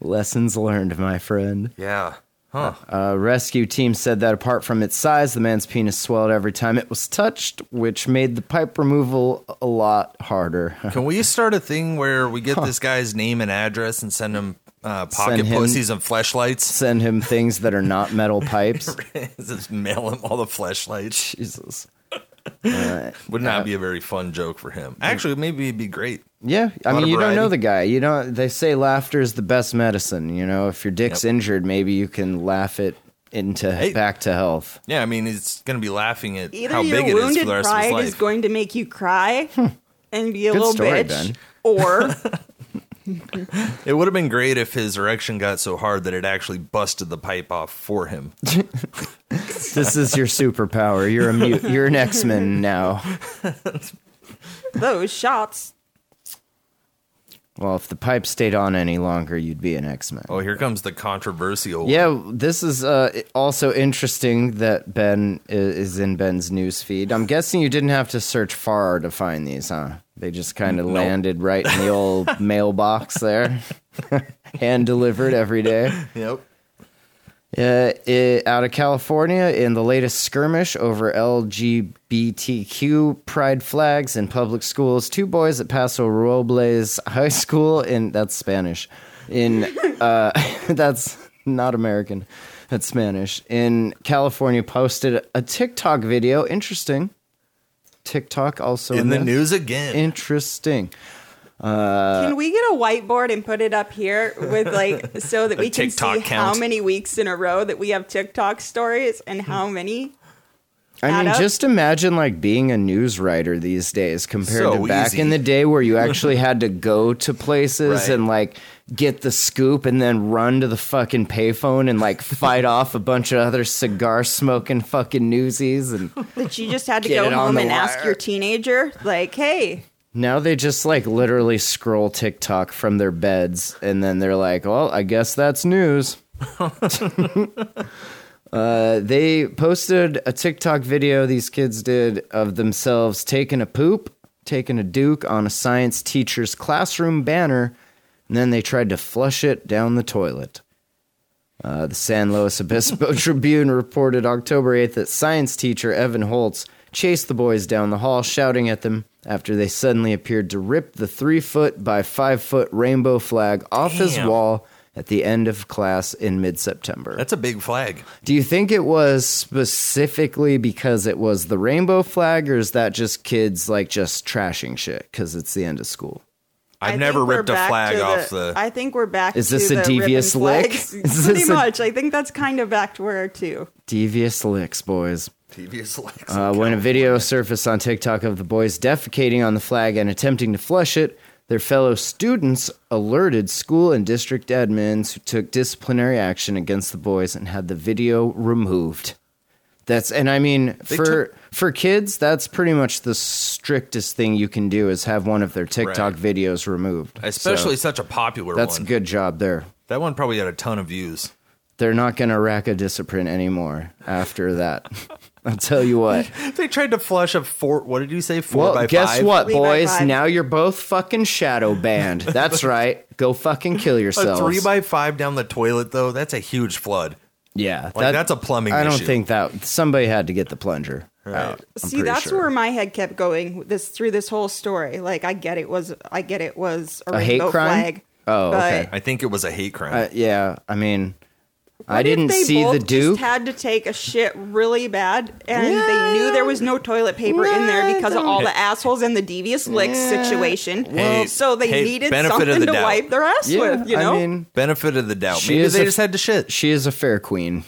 [SPEAKER 1] Lessons learned, my friend.
[SPEAKER 3] Yeah. Huh.
[SPEAKER 1] A rescue team said that apart from its size, the man's penis swelled every time it was touched, which made the pipe removal a lot harder.
[SPEAKER 3] Can we start a thing where we get this guy's name and address and send him uh, pocket
[SPEAKER 1] Send him-
[SPEAKER 3] pussies and fleshlights?
[SPEAKER 1] Send him things that are not metal pipes.
[SPEAKER 3] Just mail him all the fleshlights.
[SPEAKER 1] Jesus.
[SPEAKER 3] Would not be a very fun joke for him. Actually, maybe it'd be great.
[SPEAKER 1] Yeah, I
[SPEAKER 3] Lot
[SPEAKER 1] mean,
[SPEAKER 3] of
[SPEAKER 1] you don't know
[SPEAKER 3] variety.
[SPEAKER 1] the guy. You know, they say laughter is the best medicine. You know, if your dick's
[SPEAKER 3] Yep.
[SPEAKER 1] injured, maybe you can laugh it into
[SPEAKER 3] Hey.
[SPEAKER 1] back to health.
[SPEAKER 3] Yeah, I mean, he's gonna be laughing at
[SPEAKER 2] Either
[SPEAKER 3] how
[SPEAKER 2] your
[SPEAKER 3] big it is for
[SPEAKER 2] wounded
[SPEAKER 3] the rest of his
[SPEAKER 2] pride
[SPEAKER 3] life.
[SPEAKER 2] is going to make you cry and be a
[SPEAKER 1] Good
[SPEAKER 2] little
[SPEAKER 1] story,
[SPEAKER 2] bitch,
[SPEAKER 1] Ben.
[SPEAKER 2] or
[SPEAKER 3] it would have been great if his erection got so hard that it actually busted the pipe off for him.
[SPEAKER 1] This is your superpower. You're a mute. You're an X Men now.
[SPEAKER 2] those shots.
[SPEAKER 1] Well, if the pipe stayed on any longer, you'd be an X Men.
[SPEAKER 3] Oh, here comes the controversial.
[SPEAKER 1] Yeah, this is uh, also interesting that Ben i- is in Ben's news feed. I'm guessing you didn't have to search far to find these, huh? They just kind of landed right in the old mailbox there, hand delivered every day.
[SPEAKER 3] Yep.
[SPEAKER 1] Uh, i out of California, in the latest skirmish over LGBTQ pride flags in public schools, two boys at Paso Robles High School in that's Spanish, in uh, that's not American, that's Spanish in California posted a TikTok video. Interesting, TikTok also
[SPEAKER 3] In the
[SPEAKER 1] this.
[SPEAKER 3] news again.
[SPEAKER 1] Interesting.
[SPEAKER 2] Can we get a whiteboard and put it up here with like so that we can
[SPEAKER 3] TikTok
[SPEAKER 2] see
[SPEAKER 3] count. Hmm.
[SPEAKER 2] how many weeks in a row that we have TikTok stories and how many?
[SPEAKER 1] I mean,
[SPEAKER 2] Add up.
[SPEAKER 1] just imagine like being a news writer these days compared
[SPEAKER 3] So
[SPEAKER 1] to back
[SPEAKER 3] easy.
[SPEAKER 1] in the day where you actually had to go to places
[SPEAKER 3] Right.
[SPEAKER 1] and like get the scoop and then run to the fucking payphone and like fight off a bunch of other cigar smoking fucking newsies. And
[SPEAKER 2] That you just had to
[SPEAKER 1] Get
[SPEAKER 2] go
[SPEAKER 1] it on
[SPEAKER 2] home
[SPEAKER 1] the
[SPEAKER 2] and ask
[SPEAKER 1] wire.
[SPEAKER 2] your teenager, like, hey,
[SPEAKER 1] now they just like literally scroll TikTok from their beds and then they're like, well, I guess that's news. Uh, they posted a TikTok video these kids did of themselves taking a poop taking a Duke on a science teacher's classroom banner, and then they tried to flush it down the toilet. Uh, the San Luis Obispo Tribune reported October 8th that science teacher Evan Holtz chased the boys down the hall, shouting at them after they suddenly appeared to rip the three foot by five foot rainbow flag off his
[SPEAKER 3] Damn.
[SPEAKER 1] wall at the end of class in mid September.
[SPEAKER 3] That's a big flag.
[SPEAKER 1] Do you think it was specifically because it was the rainbow flag, or is that just kids like just trashing shit because it's the end of school?
[SPEAKER 2] I
[SPEAKER 3] I've
[SPEAKER 2] think
[SPEAKER 3] never
[SPEAKER 2] we're
[SPEAKER 3] ripped a
[SPEAKER 2] back
[SPEAKER 3] flag
[SPEAKER 2] to
[SPEAKER 3] off
[SPEAKER 2] the,
[SPEAKER 3] the.
[SPEAKER 2] I think we're back.
[SPEAKER 1] Is this
[SPEAKER 2] to
[SPEAKER 1] a
[SPEAKER 2] the ribbon
[SPEAKER 1] devious lick?
[SPEAKER 2] flags.
[SPEAKER 1] Is
[SPEAKER 2] Pretty
[SPEAKER 1] this a-
[SPEAKER 2] much. I think that's kind of back to where too.
[SPEAKER 1] Devious licks, boys.
[SPEAKER 3] Devious legs.
[SPEAKER 1] Uh, when a video surfaced on TikTok of the boys defecating on the flag and attempting to flush it, their fellow students alerted school and district admins who took disciplinary action against the boys and had the video removed. That's and I mean for
[SPEAKER 3] took-
[SPEAKER 1] for kids, that's pretty much the strictest thing you can do is have one of their TikTok
[SPEAKER 3] Right.
[SPEAKER 1] videos removed.
[SPEAKER 3] Especially
[SPEAKER 1] So
[SPEAKER 3] such a popular
[SPEAKER 1] that's a
[SPEAKER 3] one.
[SPEAKER 1] good job there.
[SPEAKER 3] That one probably had a ton of views.
[SPEAKER 1] They're not gonna rack a discipline anymore after that. I'll tell you what.
[SPEAKER 3] They tried to flush a four. What did you say? Four
[SPEAKER 1] Well,
[SPEAKER 3] by
[SPEAKER 1] guess
[SPEAKER 3] five?
[SPEAKER 1] what,
[SPEAKER 2] Three by
[SPEAKER 1] boys?
[SPEAKER 2] five.
[SPEAKER 1] Now you're both fucking shadow banned. That's right. Go fucking kill
[SPEAKER 3] A
[SPEAKER 1] yourselves.
[SPEAKER 3] three by five down the toilet though. That's a huge flood.
[SPEAKER 1] yeah,
[SPEAKER 3] Like, that's a plumbing
[SPEAKER 1] I don't
[SPEAKER 3] issue.
[SPEAKER 1] think that somebody had to get the plunger. Out, I'm
[SPEAKER 2] See,
[SPEAKER 1] pretty
[SPEAKER 2] that's
[SPEAKER 1] sure.
[SPEAKER 2] where my head kept going this through this whole story. Like, I get it was I get it was a,
[SPEAKER 1] A hate
[SPEAKER 2] rainbow
[SPEAKER 1] crime?
[SPEAKER 2] flag.
[SPEAKER 1] Oh,
[SPEAKER 2] but
[SPEAKER 1] okay.
[SPEAKER 3] I think it was a hate crime.
[SPEAKER 1] Uh, yeah, I mean, I
[SPEAKER 2] What if
[SPEAKER 1] didn't
[SPEAKER 2] they
[SPEAKER 1] see
[SPEAKER 2] both
[SPEAKER 1] the
[SPEAKER 2] just
[SPEAKER 1] Duke.
[SPEAKER 2] had to take a shit really bad, and
[SPEAKER 1] Yeah.
[SPEAKER 2] they knew there was no toilet paper in there
[SPEAKER 1] Yeah,
[SPEAKER 2] because of
[SPEAKER 1] don't-
[SPEAKER 2] all the assholes and the devious licks situation.
[SPEAKER 3] Hey,
[SPEAKER 2] so they
[SPEAKER 3] hey,
[SPEAKER 2] needed
[SPEAKER 3] benefit of
[SPEAKER 2] something
[SPEAKER 3] the
[SPEAKER 2] to
[SPEAKER 3] doubt.
[SPEAKER 2] wipe their ass
[SPEAKER 1] yeah,
[SPEAKER 2] with. You know,
[SPEAKER 1] I mean,
[SPEAKER 3] Benefit of the doubt.
[SPEAKER 1] She
[SPEAKER 3] Oh, Maybe
[SPEAKER 1] is
[SPEAKER 3] they
[SPEAKER 1] a-
[SPEAKER 3] just had to shit.
[SPEAKER 1] she is a fair queen.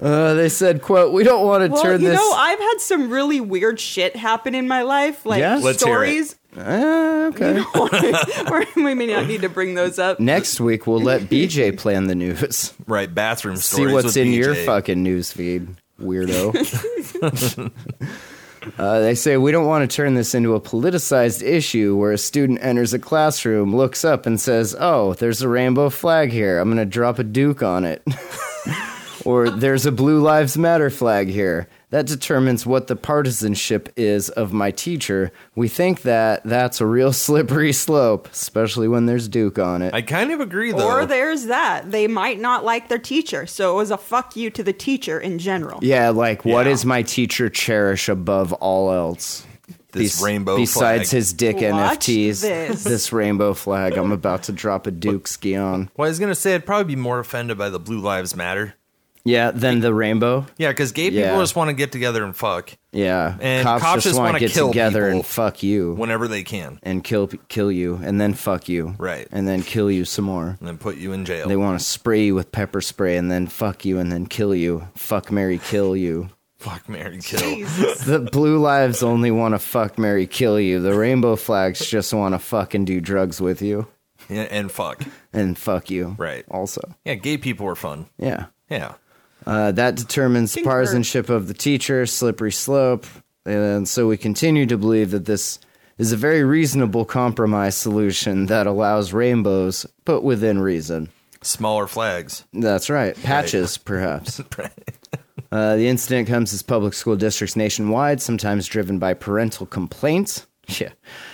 [SPEAKER 1] uh, they said, "quote We don't want to
[SPEAKER 2] well,
[SPEAKER 1] turn
[SPEAKER 2] you
[SPEAKER 1] this."
[SPEAKER 2] know, I've had some really weird shit happen in my life, like
[SPEAKER 1] Yeah?
[SPEAKER 3] Let's hear it.
[SPEAKER 2] stories.
[SPEAKER 1] Ah, okay.
[SPEAKER 2] where we may not need to bring those up.
[SPEAKER 1] Next week we'll let BJ plan the news.
[SPEAKER 3] Right. Bathroom stories.
[SPEAKER 1] See what's
[SPEAKER 3] with
[SPEAKER 1] in your
[SPEAKER 3] BJ.
[SPEAKER 1] fucking news feed, weirdo. uh, they say we don't want to turn this into a politicized issue where a student enters a classroom, looks up, and says, "Oh, there's a rainbow flag here. I'm going to drop a duke on it." or there's a Blue Lives Matter flag here. That determines what the partisanship is of my teacher. We think that that's a real slippery slope, especially when there's Duke on it.
[SPEAKER 3] I kind of agree though.
[SPEAKER 2] Or there's that. They might not like their teacher. So it was a fuck you to the teacher in general.
[SPEAKER 1] Yeah, like what
[SPEAKER 3] Yeah.
[SPEAKER 1] does my teacher cherish above all else?
[SPEAKER 3] This
[SPEAKER 1] Bes-
[SPEAKER 3] rainbow
[SPEAKER 1] besides
[SPEAKER 3] flag.
[SPEAKER 1] his dick
[SPEAKER 2] Watch
[SPEAKER 1] NFTs,
[SPEAKER 2] this.
[SPEAKER 1] rainbow flag. I'm about to drop a Duke ski on.
[SPEAKER 3] Well, I was gonna say I'd probably be more offended by the Blue Lives Matter.
[SPEAKER 1] Yeah, then the rainbow.
[SPEAKER 3] Yeah, because gay
[SPEAKER 1] Yeah.
[SPEAKER 3] people just want to get together and fuck
[SPEAKER 1] Yeah,
[SPEAKER 3] And cops just
[SPEAKER 1] wanna
[SPEAKER 3] wanna
[SPEAKER 1] get
[SPEAKER 3] kill
[SPEAKER 1] together and
[SPEAKER 3] people
[SPEAKER 1] fuck you
[SPEAKER 3] whenever they can,
[SPEAKER 1] and kill p- kill you and then fuck you.
[SPEAKER 3] Right.
[SPEAKER 1] and then kill you some more.
[SPEAKER 3] and then put you in jail.
[SPEAKER 1] They want to spray you with pepper spray and then fuck you and then kill you. Fuck Mary, kill you.
[SPEAKER 3] fuck Mary Kill.
[SPEAKER 1] The blue lives only want to fuck Mary, kill you. The rainbow flags just want to fucking do drugs with you.
[SPEAKER 3] yeah, and fuck.
[SPEAKER 1] and fuck you.
[SPEAKER 3] Right.
[SPEAKER 1] Also.
[SPEAKER 3] Yeah, gay people are fun.
[SPEAKER 1] Yeah.
[SPEAKER 3] Yeah.
[SPEAKER 1] Uh, that determines
[SPEAKER 2] Concur.
[SPEAKER 1] partisanship of the teacher, slippery slope. And so we continue to believe that this is a very reasonable compromise solution that allows rainbows, but within reason.
[SPEAKER 3] Smaller flags.
[SPEAKER 1] That's right. Patches, perhaps. Uh, the incident comes as public school districts nationwide, sometimes driven by parental complaints, yeah,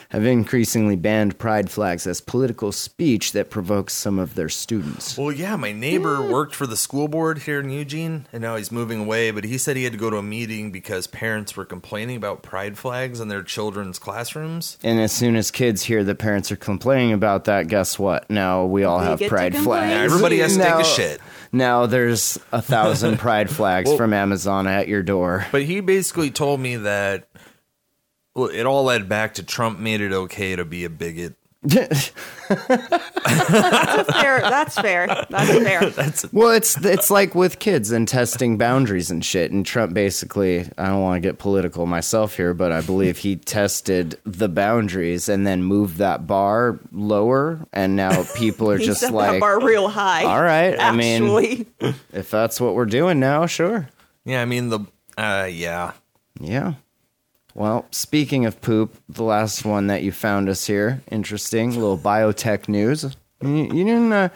[SPEAKER 1] have increasingly banned pride flags as political speech that provokes some of their students.
[SPEAKER 3] Well, yeah, my neighbor worked for the school board here in Eugene, and now he's moving away. But he said he had to go to a meeting because parents were complaining about pride flags in their children's classrooms.
[SPEAKER 1] And as soon as kids hear that parents are complaining about that, guess what? Now we all
[SPEAKER 2] We
[SPEAKER 1] have
[SPEAKER 2] get to
[SPEAKER 1] pride
[SPEAKER 2] complain.
[SPEAKER 1] flags.
[SPEAKER 2] Yeah,
[SPEAKER 3] everybody has to take a shit.
[SPEAKER 1] Now there's a thousand pride flags from Amazon at your door.
[SPEAKER 3] But he basically told me that well, it all led back to Trump made it okay to be a bigot.
[SPEAKER 2] That's fair. That's fair. That's fair.
[SPEAKER 1] well, it's it's like with kids and testing boundaries and shit. And Trump basically, I don't want to get political myself here, but I believe he tested the boundaries and then moved that bar lower, and now people are
[SPEAKER 2] He
[SPEAKER 1] just
[SPEAKER 2] set that
[SPEAKER 1] like,
[SPEAKER 2] bar real high.
[SPEAKER 1] all right, I mean-
[SPEAKER 2] Actually,
[SPEAKER 1] if that's what we're doing now, sure.
[SPEAKER 3] Yeah, I mean the uh yeah.
[SPEAKER 1] Yeah. Well, speaking of poop, the last one that you found us here, interesting little biotech news. You, you didn't, uh,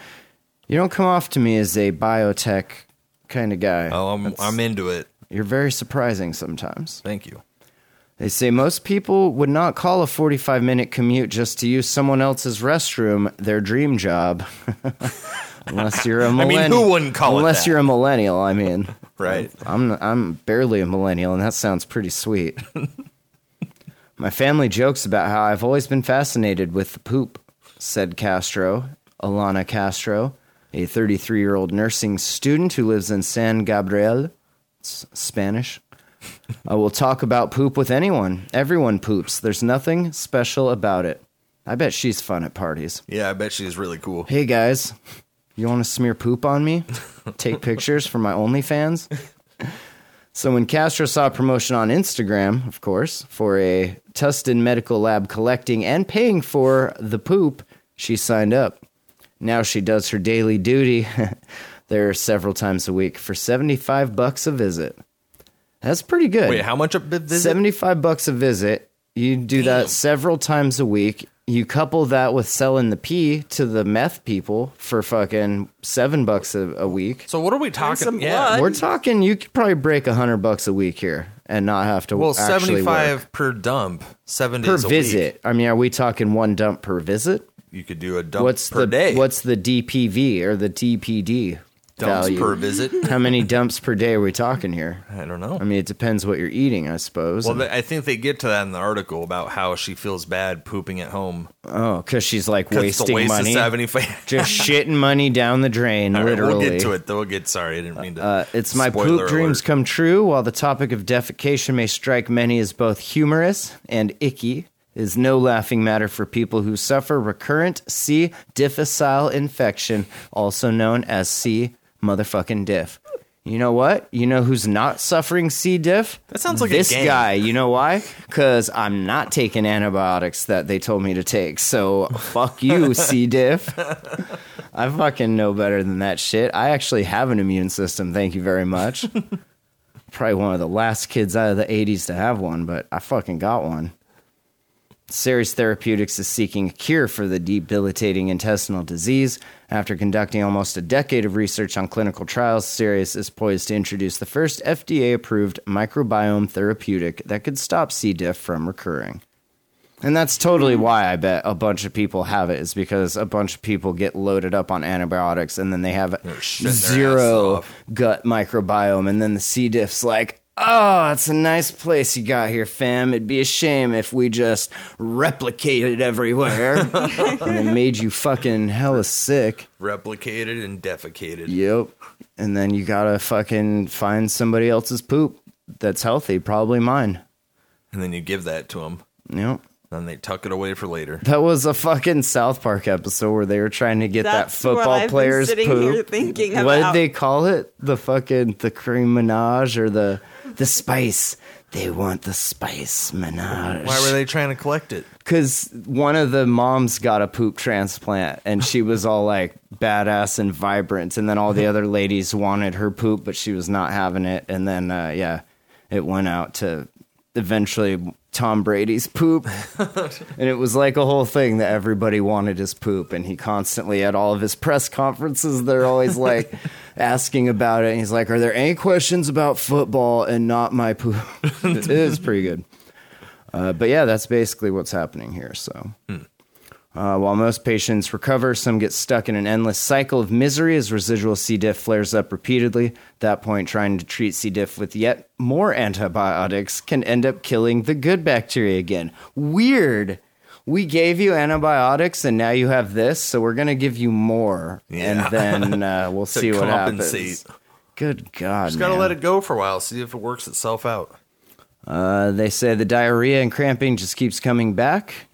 [SPEAKER 1] You don't come off to me as a biotech kind of guy.
[SPEAKER 3] Oh, I'm I'm into it.
[SPEAKER 1] You're very surprising sometimes.
[SPEAKER 3] Thank you.
[SPEAKER 1] They say most people would not call a 45 minute commute just to use someone else's restroom their dream job. unless you're a
[SPEAKER 3] mean,
[SPEAKER 1] millennial.
[SPEAKER 3] who wouldn't call it
[SPEAKER 1] Unless
[SPEAKER 3] that?
[SPEAKER 1] you're a millennial, I mean.
[SPEAKER 3] Right.
[SPEAKER 1] I'm I'm barely a millennial, and that sounds pretty sweet. My family jokes about how I've always been fascinated with the poop, said Castro, Alana Castro, a 33 year old nursing student who lives in San Gabriel. It's Spanish. I will talk about poop with anyone. Everyone poops. There's nothing special about it. I bet she's fun at parties.
[SPEAKER 3] Yeah, I bet she's really cool.
[SPEAKER 1] Hey guys, you want to smear poop on me? Take pictures for my OnlyFans? So when Castro saw a promotion on Instagram, of course, for a Tustin medical lab collecting and paying for the poop, she signed up. Now she does her daily duty there several times a week for 75 bucks a visit. That's pretty good.
[SPEAKER 3] Wait, how much a bit visit?
[SPEAKER 1] 75 bucks a visit. You do that several times a week. You couple that with selling the pee to the meth people for fucking seven bucks a, a week.
[SPEAKER 3] So uh, what are we talking?
[SPEAKER 2] some
[SPEAKER 3] yeah.
[SPEAKER 2] blood.
[SPEAKER 1] We're talking, you could probably break a hundred bucks a week here and not have to
[SPEAKER 3] Well,
[SPEAKER 1] actually work.
[SPEAKER 3] seventy-five per dump, seven
[SPEAKER 1] per
[SPEAKER 3] days a
[SPEAKER 1] visit. I mean, are we talking one dump per visit?
[SPEAKER 3] week. You could do a dump
[SPEAKER 1] What's
[SPEAKER 3] per
[SPEAKER 1] the
[SPEAKER 3] day.
[SPEAKER 1] what's the DPV or the DPD
[SPEAKER 3] dumps
[SPEAKER 1] value?
[SPEAKER 3] per visit?
[SPEAKER 1] How many dumps per day are we talking here?
[SPEAKER 3] I don't know.
[SPEAKER 1] I mean, it depends what you're eating, I suppose.
[SPEAKER 3] well, th- I think they get to that in the article about how she feels bad pooping at home.
[SPEAKER 1] oh, because she's like
[SPEAKER 3] 'Cause it's a
[SPEAKER 1] wasting
[SPEAKER 3] waste of
[SPEAKER 1] money.
[SPEAKER 3] seventy-five.
[SPEAKER 1] just shitting money down the drain,
[SPEAKER 3] All right,
[SPEAKER 1] literally.
[SPEAKER 3] we'll get to it. Though. We'll get. Sorry, I didn't mean to.
[SPEAKER 1] Uh, it's my
[SPEAKER 3] Spoiler
[SPEAKER 1] poop
[SPEAKER 3] alert.
[SPEAKER 1] dreams come true. While the topic of defecation may strike many as both humorous and icky, is no laughing matter for people who suffer recurrent C. difficile infection, also known as C. motherfucking diff. You know what? You know who's not suffering C. diff?
[SPEAKER 3] That sounds like a
[SPEAKER 1] this
[SPEAKER 3] gang.
[SPEAKER 1] guy. You know why? Because I'm not taking antibiotics that they told me to take. So fuck you, C. diff. I fucking know better than that shit. I actually have an immune system. Thank you very much. Probably one of the last kids out of the 80s to have one, but I fucking got one. Ceres Therapeutics is seeking a cure for the debilitating intestinal disease. After conducting almost a decade of research on clinical trials, Ceres is poised to introduce the first FDA approved microbiome therapeutic that could stop C. diff from recurring. And that's
[SPEAKER 3] Mm.
[SPEAKER 1] totally why I bet a bunch of people have it is because a bunch of people get loaded up on antibiotics and then they have
[SPEAKER 3] shitting their asses
[SPEAKER 1] zero
[SPEAKER 3] off.
[SPEAKER 1] gut microbiome and then the C diff's like, "Oh, it's a nice place you got here, fam. It'd be a shame if we just replicated everywhere and it made you fucking hella sick."
[SPEAKER 3] replicated and defecated.
[SPEAKER 1] Yep. And then you got to fucking find somebody else's poop that's healthy, probably mine.
[SPEAKER 3] And then you give that to them.
[SPEAKER 1] Yep.
[SPEAKER 3] Then they tuck it away for later.
[SPEAKER 1] That was a fucking South Park episode where they were trying to get
[SPEAKER 2] That's
[SPEAKER 1] that
[SPEAKER 2] what
[SPEAKER 1] football
[SPEAKER 2] I've been
[SPEAKER 1] player's
[SPEAKER 2] sitting
[SPEAKER 1] poop.
[SPEAKER 2] here thinking
[SPEAKER 1] What did
[SPEAKER 2] about.
[SPEAKER 1] they call it? The fucking the cream menage or the the spice? They want the spice menage.
[SPEAKER 3] Why were they trying to collect it?
[SPEAKER 1] Because one of the moms got a poop transplant and she was all like badass and vibrant, and then all the other ladies wanted her poop, but she was not having it. And then uh, yeah, it went out to eventually Tom Brady's poop. And it was like a whole thing that everybody wanted his poop. And he constantly at all of his press conferences, they're always like asking about it. And he's like, Are there any questions about football and not my poop? it is pretty good. Uh, but yeah, that's basically what's happening here. So. Uh, while most patients recover, some get stuck in an endless cycle of misery as residual C. diff flares up repeatedly. At that point, trying to treat C. diff with yet more antibiotics can end up killing the good bacteria again. Weird. We gave you antibiotics and now you have this, so we're going to give you more.
[SPEAKER 3] Yeah.
[SPEAKER 1] And then uh, we'll
[SPEAKER 3] To
[SPEAKER 1] see what
[SPEAKER 3] compensate.
[SPEAKER 1] happens. Good God.
[SPEAKER 3] Just gotta
[SPEAKER 1] man.
[SPEAKER 3] let it go for a while, see if it works itself out.
[SPEAKER 1] Uh, they say the diarrhea and cramping just keeps coming back.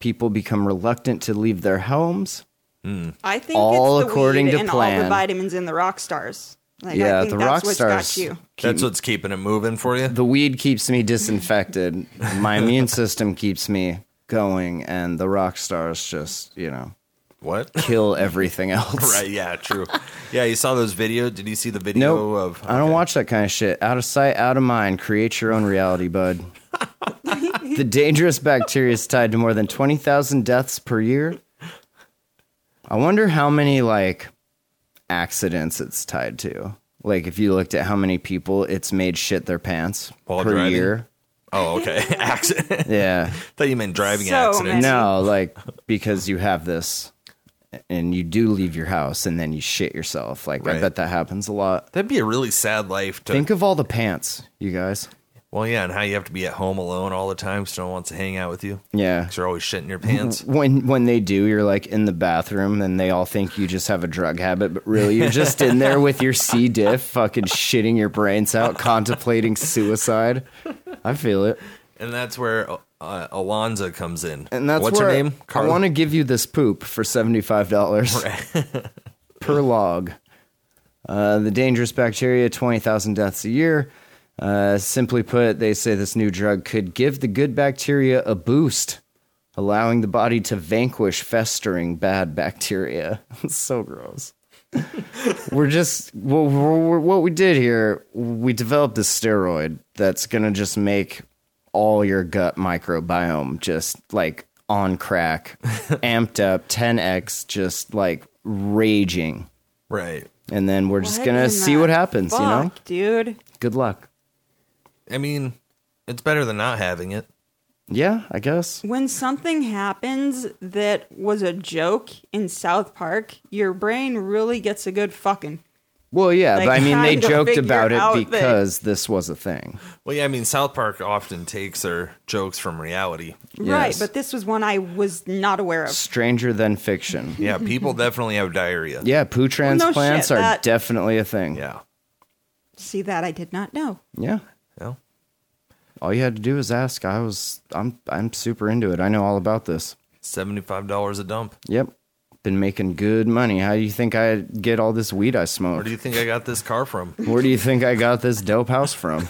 [SPEAKER 1] People become reluctant to leave their homes.
[SPEAKER 2] I think
[SPEAKER 1] All
[SPEAKER 2] it's the
[SPEAKER 1] according
[SPEAKER 2] weed
[SPEAKER 1] to
[SPEAKER 2] and all
[SPEAKER 1] plan.
[SPEAKER 2] the vitamins in the rock stars. Like,
[SPEAKER 1] Yeah,
[SPEAKER 2] I think
[SPEAKER 1] the
[SPEAKER 2] that's
[SPEAKER 1] rock
[SPEAKER 2] what's
[SPEAKER 1] stars-
[SPEAKER 2] got you.
[SPEAKER 3] That's what's keeping it moving for you.
[SPEAKER 1] the weed keeps me disinfected. My immune system keeps me going, and the rock stars just, you know,
[SPEAKER 3] What?
[SPEAKER 1] kill everything else.
[SPEAKER 3] right, yeah, true. Yeah, you saw those video. Did you see the video
[SPEAKER 1] Nope.
[SPEAKER 3] of
[SPEAKER 1] I don't watch that kind of shit. Out of sight, out of mind. Create your own reality, bud. the dangerous bacteria is tied to more than 20,000 deaths per year. I wonder how many like accidents it's tied to. Like if you looked at how many people it's made shit their pants
[SPEAKER 3] While
[SPEAKER 1] per
[SPEAKER 3] driving?
[SPEAKER 1] year.
[SPEAKER 3] Oh, okay. Accident.
[SPEAKER 1] Yeah.
[SPEAKER 3] thought you meant driving
[SPEAKER 2] So
[SPEAKER 3] accident.
[SPEAKER 2] many.
[SPEAKER 1] No, like because you have this and you do leave your house and then you shit yourself. Like I
[SPEAKER 3] Right.
[SPEAKER 1] bet that happens a lot.
[SPEAKER 3] That'd be a really sad life to.
[SPEAKER 1] Think of all the pants, you guys.
[SPEAKER 3] well, yeah, and how you have to be at home alone all the time because no one wants to hang out with you.
[SPEAKER 1] Yeah.
[SPEAKER 3] 'Cause you're always shitting your pants.
[SPEAKER 1] When when they do, you're like in the bathroom and they all think you just have a drug habit, but really you're just in there with your C diff fucking shitting your brains out, contemplating suicide. I feel it.
[SPEAKER 3] and that's where uh, Alonza comes in.
[SPEAKER 1] And that's
[SPEAKER 3] What's
[SPEAKER 1] where
[SPEAKER 3] her name?
[SPEAKER 1] I
[SPEAKER 3] Carla.
[SPEAKER 1] want to give you this poop for $75 per log. Uh, the dangerous bacteria, 20,000 deaths a year. Uh, simply put, they say this new drug could give the good bacteria a boost, allowing the body to vanquish festering bad bacteria. It's so gross. we're just what, what what we did here. We developed this steroid that's gonna just make all your gut microbiome just like on crack, amped up, 10x, just like raging.
[SPEAKER 3] right.
[SPEAKER 1] And then we're just
[SPEAKER 2] What
[SPEAKER 1] gonna
[SPEAKER 2] in
[SPEAKER 1] see
[SPEAKER 2] the
[SPEAKER 1] what happens. You know.
[SPEAKER 2] fuck, dude.
[SPEAKER 1] Good luck.
[SPEAKER 3] I mean, it's better than not having it.
[SPEAKER 1] Yeah, I guess.
[SPEAKER 2] When something happens that was a joke in South Park, your brain really gets a good fucking.
[SPEAKER 1] Well, yeah,
[SPEAKER 2] Like,
[SPEAKER 1] but I mean, they
[SPEAKER 2] trying to
[SPEAKER 1] joked
[SPEAKER 2] figure
[SPEAKER 1] about
[SPEAKER 2] out
[SPEAKER 1] it
[SPEAKER 2] that-
[SPEAKER 1] because this was a thing.
[SPEAKER 3] Well, yeah, I mean, South Park often takes their jokes from reality.
[SPEAKER 2] Right,
[SPEAKER 1] Yes.
[SPEAKER 2] but this was one I was not aware of.
[SPEAKER 1] Stranger than fiction.
[SPEAKER 3] Yeah, people definitely have diarrhea.
[SPEAKER 1] Yeah, poo transplants
[SPEAKER 2] shit,
[SPEAKER 1] are
[SPEAKER 2] that-
[SPEAKER 1] definitely a thing.
[SPEAKER 3] Yeah.
[SPEAKER 2] See that I did not know.
[SPEAKER 1] Yeah.
[SPEAKER 3] Well,
[SPEAKER 1] All you had to do was ask. I was I'm I'm super into it. I know all about this.
[SPEAKER 3] $75 a dump.
[SPEAKER 1] Yep. Been making good money. How do you think I get all this weed I
[SPEAKER 3] Where
[SPEAKER 1] smoke?
[SPEAKER 3] do you think I got this car from?
[SPEAKER 1] Where do you think I got this dope house from?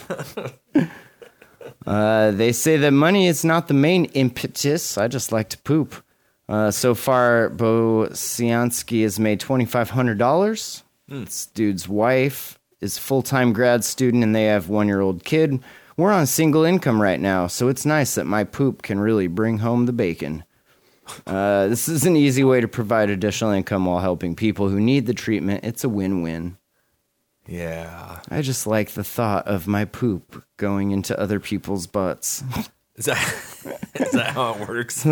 [SPEAKER 1] uh, they say that money is not the main impetus. I just like to poop. Uh, so far, Bo Sianski has made twenty five hundred dollars. This dude's wife is full time grad student, and they have one year old kid. We're on single income right now, so it's nice that my poop can really bring home the bacon. Uh, this is an easy way to provide additional income while helping people who need the treatment. It's a win win.
[SPEAKER 3] Yeah.
[SPEAKER 1] I just like the thought of my poop going into other people's butts.
[SPEAKER 3] Is that, is that how it works?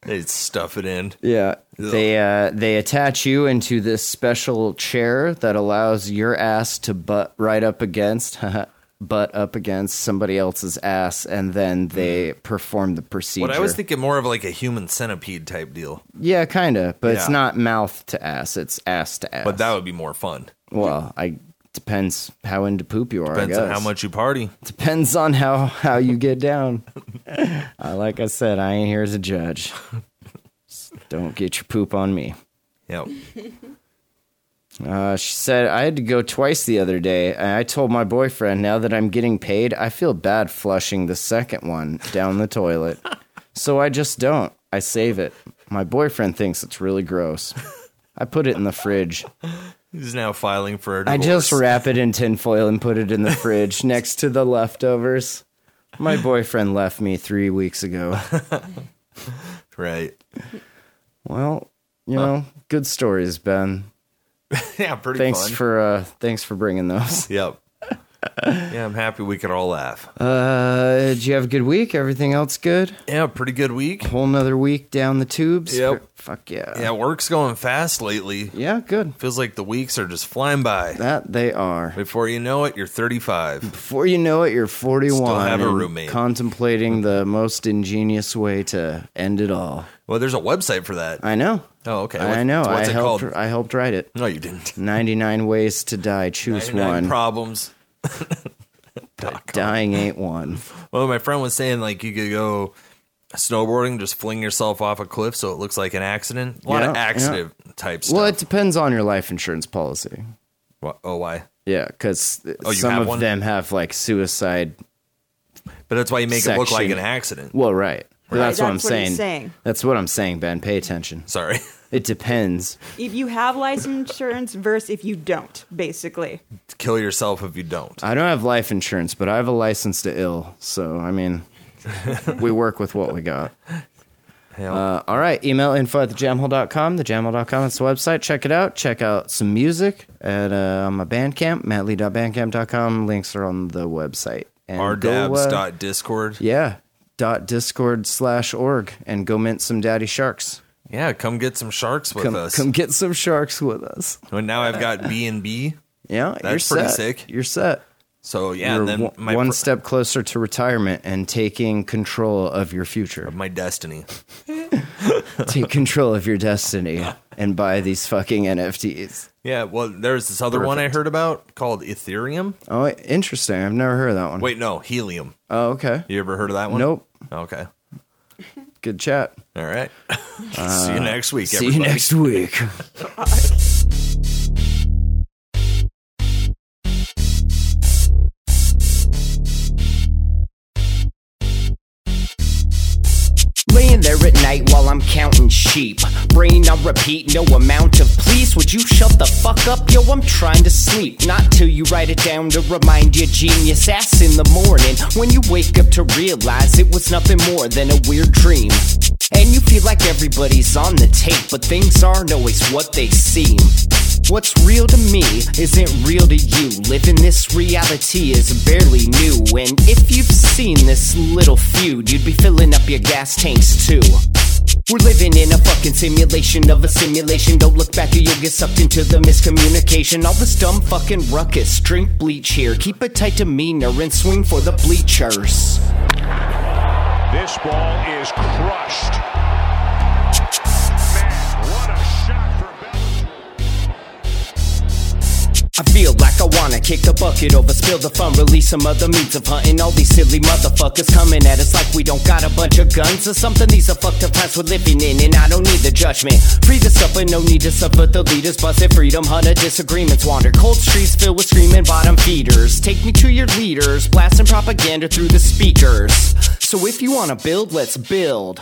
[SPEAKER 3] They stuff it in.
[SPEAKER 1] Yeah. They uh, they attach you into this special chair that allows your ass to butt right up against butt up against somebody else's ass and then they perform the procedure.
[SPEAKER 3] Mm. What I was thinking more of like a human centipede type deal,
[SPEAKER 1] yeah, kind of, but it's
[SPEAKER 3] Yeah.
[SPEAKER 1] not mouth to ass, it's ass to ass.
[SPEAKER 3] but that would be more fun.
[SPEAKER 1] well, I depends how into poop you are,
[SPEAKER 3] Depends
[SPEAKER 1] I
[SPEAKER 3] on
[SPEAKER 1] guess.
[SPEAKER 3] how much you party.
[SPEAKER 1] depends on how how you get down. uh, like I said, I ain't here as a judge. Just Don't get your poop on me.
[SPEAKER 3] Yep.
[SPEAKER 1] Uh, she said I had to go twice the other day, and I told my boyfriend now that I'm getting paid, I feel bad flushing the second one down the toilet, so I just don't. I save it. My boyfriend thinks it's really gross. I put it in the fridge.
[SPEAKER 3] He's now filing for a
[SPEAKER 1] I
[SPEAKER 3] divorce.
[SPEAKER 1] just wrap it in tinfoil and put it in the fridge next to the leftovers. My boyfriend left me three weeks ago.
[SPEAKER 3] right.
[SPEAKER 1] Well, you know, good stories, Ben.
[SPEAKER 3] Yeah, pretty
[SPEAKER 1] Thanks
[SPEAKER 3] fun.
[SPEAKER 1] for uh thanks for bringing those.
[SPEAKER 3] Yep. yeah, I'm happy we could all laugh.
[SPEAKER 1] Uh did you have a good week? Everything else good?
[SPEAKER 3] yeah, pretty good week.
[SPEAKER 1] Whole nother week down the tubes.
[SPEAKER 3] Yep.
[SPEAKER 1] Fuck yeah.
[SPEAKER 3] Yeah, work's going fast lately.
[SPEAKER 1] Yeah, good.
[SPEAKER 3] Feels like the weeks are just flying by.
[SPEAKER 1] That they are.
[SPEAKER 3] Before you know it, you're 35.
[SPEAKER 1] Before you know it, you're 41.
[SPEAKER 3] have a
[SPEAKER 1] and
[SPEAKER 3] roommate.
[SPEAKER 1] Contemplating the most ingenious way to end it all.
[SPEAKER 3] Well, there's a website for that.
[SPEAKER 1] I know.
[SPEAKER 3] Oh, okay.
[SPEAKER 1] I know.
[SPEAKER 3] What's, what's
[SPEAKER 1] I
[SPEAKER 3] it
[SPEAKER 1] helped.
[SPEAKER 3] called?
[SPEAKER 1] I helped write it.
[SPEAKER 3] No, you didn't.
[SPEAKER 1] 99 ways to die. Choose
[SPEAKER 3] 99
[SPEAKER 1] one.
[SPEAKER 3] problems.
[SPEAKER 1] Dying ain't one.
[SPEAKER 3] Well, my friend was saying like you could go snowboarding, just fling yourself off a cliff so it looks like an accident. A lot of
[SPEAKER 1] Yeah, yeah.
[SPEAKER 3] accident type stuff.
[SPEAKER 1] Well, it depends on your life insurance policy.
[SPEAKER 3] Wha- Oh, why?
[SPEAKER 1] Yeah, because
[SPEAKER 3] Oh, you
[SPEAKER 1] some
[SPEAKER 3] have
[SPEAKER 1] of
[SPEAKER 3] one?
[SPEAKER 1] them have like suicide.
[SPEAKER 3] But that's why you make it look like
[SPEAKER 1] Section.
[SPEAKER 3] an accident.
[SPEAKER 1] Well, right. But That's, what I'm
[SPEAKER 2] That's what
[SPEAKER 1] saying.
[SPEAKER 2] he's saying.
[SPEAKER 1] That's what I'm saying, Ben. Pay attention.
[SPEAKER 3] Sorry.
[SPEAKER 1] It depends.
[SPEAKER 2] If you have life insurance versus if you don't, basically.
[SPEAKER 3] Kill yourself if you don't.
[SPEAKER 1] I don't have life insurance, but I have a license to ill. So I mean, we work with what we got.
[SPEAKER 3] Yeah.
[SPEAKER 1] Uh, all right. Email info at thejamhole.com. Thejamhole.com is the website. Check it out. Check out some music at uh, on my Bandcamp, mattlee.bandcamp.com. Links are on the website. And go, uh,
[SPEAKER 3] rdabs.discord.
[SPEAKER 1] yeah. Dot discord slash org. And go mint some daddy sharks.
[SPEAKER 3] Yeah, come get some sharks with
[SPEAKER 1] Come,
[SPEAKER 3] us.
[SPEAKER 1] come get some sharks with us.
[SPEAKER 3] And now I've got B and B.
[SPEAKER 1] Yeah.
[SPEAKER 3] That's
[SPEAKER 1] you're
[SPEAKER 3] pretty
[SPEAKER 1] set.
[SPEAKER 3] sick.
[SPEAKER 1] You're set.
[SPEAKER 3] So yeah,
[SPEAKER 1] you're
[SPEAKER 3] and then
[SPEAKER 1] one,
[SPEAKER 3] my
[SPEAKER 1] one
[SPEAKER 3] pro-
[SPEAKER 1] step closer to retirement and taking control of your future.
[SPEAKER 3] my destiny.
[SPEAKER 1] Take control of your destiny and buy these fucking NFTs.
[SPEAKER 3] Yeah, well, there's this other one I heard about called Ethereum.
[SPEAKER 1] Oh, interesting. I've never heard of that one.
[SPEAKER 3] Wait, no, Helium.
[SPEAKER 1] Oh, okay.
[SPEAKER 3] You ever heard of that one?
[SPEAKER 1] Nope.
[SPEAKER 3] Okay.
[SPEAKER 1] Good chat.
[SPEAKER 3] All right. See you next week.
[SPEAKER 1] Uh, See you
[SPEAKER 3] everybody.
[SPEAKER 1] next week.
[SPEAKER 4] Laying there at night while I'm counting sheep. Brain on repeat, no amount of please. Would you shut the fuck up? Yo, I'm trying to sleep. Not till you write it down to remind your genius ass in the morning. When you wake up to realize it was nothing more than a weird dream. And you feel like everybody's on the tape, but things aren't always what they seem. What's real to me isn't real to you. Living this reality is barely new. And if you've seen this little feud, you'd be filling up your gas tanks too. We're living in a fucking simulation of a simulation. Don't look back or you'll get sucked into the miscommunication. All this dumb fucking ruckus. Drink bleach here. Keep a tight demeanor and swing for the bleachers.
[SPEAKER 5] This ball is crushed. Man, what a shot for Belichick.
[SPEAKER 4] I feel like I wanna kick the bucket over, spill the fun, release some of the means of hunting. All these silly motherfuckers coming at us like we don't got a bunch of guns or something. These are fucked up times we're living in, and I don't need the judgment. Free to suffer, no need to suffer. The leaders busted freedom, hunter disagreements wander. Cold streets filled with screaming bottom feeders. Take me to your leaders, blasting propaganda through the speakers. So if you wanna build, let's build.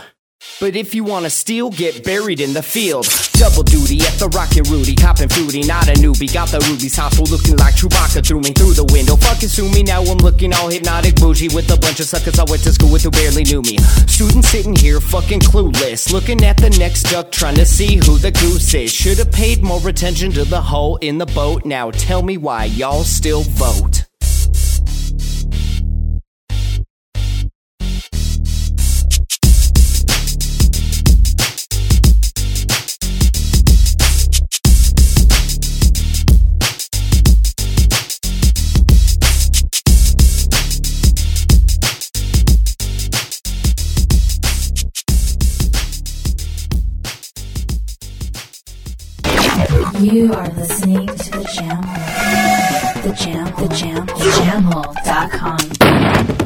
[SPEAKER 4] But if you wanna steal, get buried in the field. Double duty at the Rocket Rudy, copping fruity, not a newbie. Got the rubies hostile, looking like Chewbacca threw me through the window. Fucking sue me, now I'm looking all hypnotic, bougie with a bunch of suckers I went to school with who barely knew me. Students sitting here, fucking clueless, looking at the next duck, trying to see who the goose is. Should've paid more attention to the hole in the boat. Now tell me why y'all still vote.
[SPEAKER 6] You are listening to the Jam Hole. The Jam, the Jam, the Jam Hole.com.